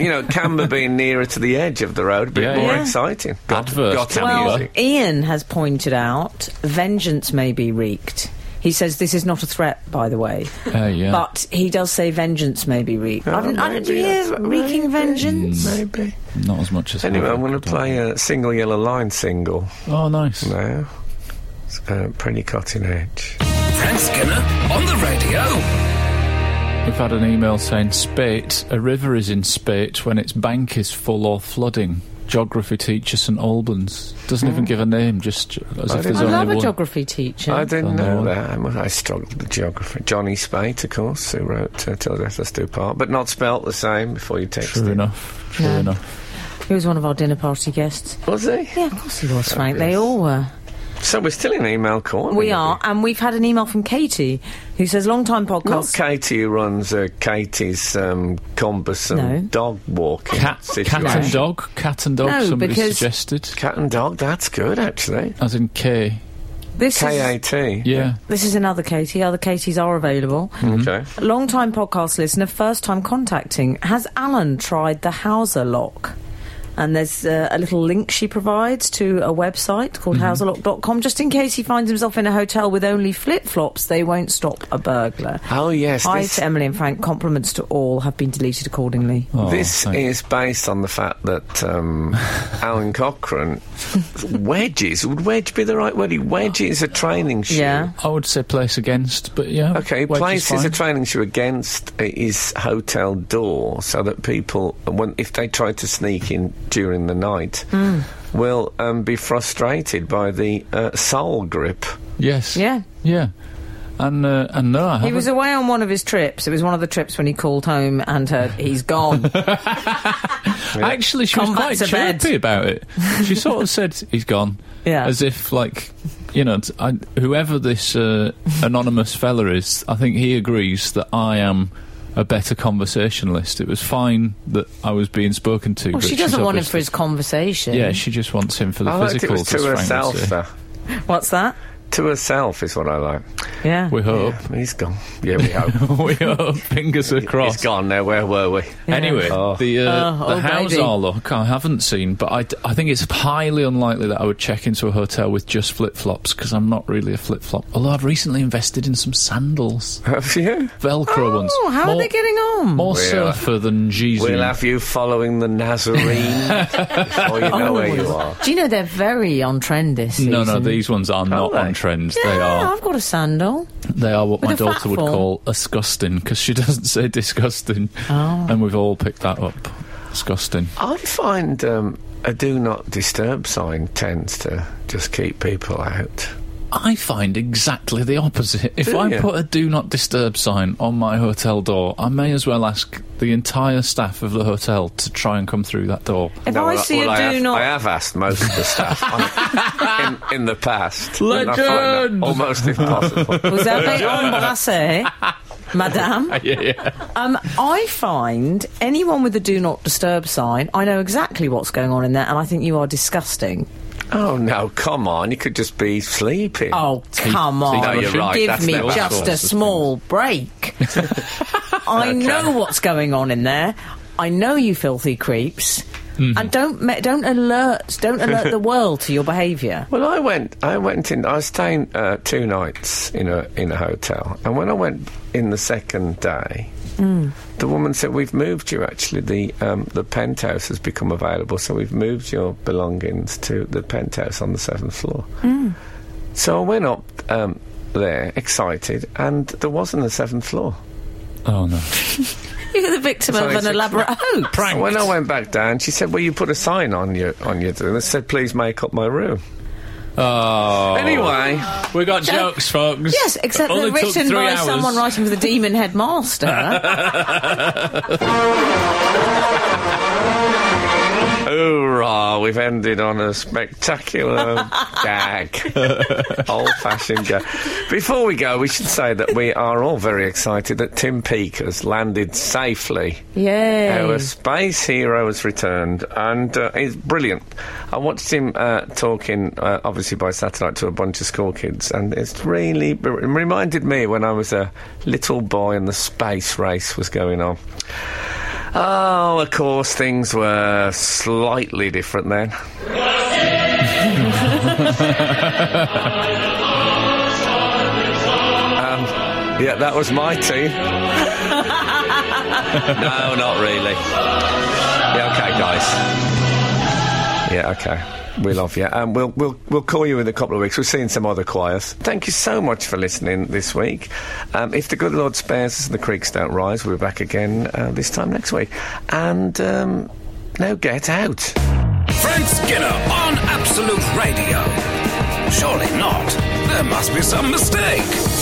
you know, camber being nearer to the edge of the road, a bit Yeah, more yeah. exciting. Adverse got camber. music. Well, Ian has pointed out vengeance may be wreaked. He says this is not a threat, by the way, Uh, yeah. but he does say vengeance may be wreaked. Oh, I don't, I don't, do you hear wreaking vengeance? Maybe. Not as much as. Anyway, Havoc I'm going to would play a single yellow line single like. Oh, nice. now. It's uh, pretty cutting edge. Frank Skinner on the radio. We've had an email saying spate. A river is in spate when its bank is full or flooding. Geography teacher St Albans doesn't Hmm. even give a name, just as if there's I love only a one. geography teacher. I didn't Don't know know. that. I, must- I struggled with geography. Johnny Spate, of course, who wrote uh, Till Death Us Do Part, but not spelt the same before you text True it. enough. True Yeah. enough. he was one of our dinner party guests. Was he? Yeah, of course he was, Frank. They all were. So we're still in email corner. We are, and we've had an email from Katie who says, long time Not podcast. Katie who runs uh, Katie's um, cumbersome No. dog walking Cat, situation. cat and dog. Cat and dog. No, somebody because- suggested, Cat and dog, that's good actually. as in K. This K is, A T. Yeah. this is another Katie. Other Katies are available. Hmm. Okay. Long time podcast listener, first time contacting. Has Alan tried the Hauser lock? And there's uh, a little link she provides to a website called Mm-hmm. hauserlock.com just in case he finds himself in a hotel with only flip flops, they won't stop a burglar. Oh yes. Hi this- to Emily and Frank. Compliments to all have been deleted accordingly. Oh, this thank- is based on the fact that um, Alan Cochrane wedges. Would wedge be the right word? He wedges a training shoe. Yeah. I would say place against, but yeah. Okay, he wedge is places a fine. training shoe against uh, his hotel door so that people, uh, when, if they try to sneak in during the night, Hmm. will um, be frustrated by the uh, sole grip. Yes. Yeah. Yeah. And uh, and no, I He was haven't. away on one of his trips. It was one of the trips when he called home and heard he's gone. Actually, she was Come back quite to bed. chirpy about it. She sort of said, "He's gone," Yeah. as if like, you know, t I whoever this uh, anonymous fella is, I think he agrees that I am a better conversationalist. It was fine that I was being spoken to. well, but she she's doesn't want him for obviously- his conversation. Yeah, she just wants him for the I liked it physical. was to herself, though. What's that? To herself is what I like. Yeah. We hope. He's gone. Yeah, we hope. we hope. Fingers He's crossed. gone now. Where were we? Yeah. Anyway, Oh. the uh, Oh, the oh, house baby. are look I haven't seen, but I, d- I think it's highly unlikely that I would check into a hotel with just flip flops because I'm not really a flip flop. Although I've recently invested in some sandals, Have you? Velcro ones. Oh, how are More- they getting on? More We'll- surfer than Jesus. We'll have you following the Nazarene before you know where you are. Do you know they're very on trend this season? no, no, these ones are not they? on trend. Yeah, They are I've got a sandal. they are what With my a flat daughter would form. Oh. call disgusting because she doesn't say disgusting, and we've all picked that up. Disgusting. I find um, a do not disturb sign tends to just keep people out. I find exactly the opposite. If Do I you? put a do not disturb sign on my hotel door, I may as well ask the entire staff of the hotel to try and come through that door. If I see well, a I do have, not. I have asked most of the staff on- in, in the past. and I find that Legend! Almost impossible. Vous avez embrassé, madame. yeah, yeah. Um, I find anyone with a do not disturb sign, I know exactly what's going on in there, and I think you are disgusting. oh no, come on! You could just be sleeping. Oh, come see, on. no, you're right, Give that's me never just sorts a of small break. I know what's going on in there. I know you filthy creeps. Mm-hmm. And don't ma- don't alert don't alert the world to your behaviour. Well, I went. I went in. I was staying uh, two nights in a in a hotel, and when I went in the second day, the woman said, "We've moved you. Actually, the um, the penthouse has become available, so we've moved your belongings to the penthouse on the seventh floor." So I went up um, there, excited, and there wasn't a seventh floor. Oh no. You're the victim So of it's an a- elaborate hoax. And When I went back down, she said, "Well, you put a sign on your on your door that said, please make up my room.' Oh. Anyway, we got jokes, folks. Yes, except Only they're took written three by hours. someone writing for the demon headmaster. Hoorah, we've ended on a spectacular gag. Old fashioned gag. Before we go, we should say that we are all very excited that Tim Peake has landed safely. Our Yay. space hero has returned and uh, he's brilliant. I watched him uh, talking, uh, obviously by satellite, to a bunch of school kids, and it's really it reminded me when I was a little boy and the space race was going on. Oh, of course, things were slightly different then. um, yeah, that was my team. No, not really. Yeah, okay, guys. Yeah, okay. We love you. Um, we'll, we'll, we'll call you in a couple of weeks. We'll see you in some other choirs. Thank you so much for listening this week. Um, if the good Lord spares us and the creeks don't rise, we'll be back again uh, this time next week. And um, now get out. Frank Skinner on Absolute Radio. Surely not. There must be some mistake.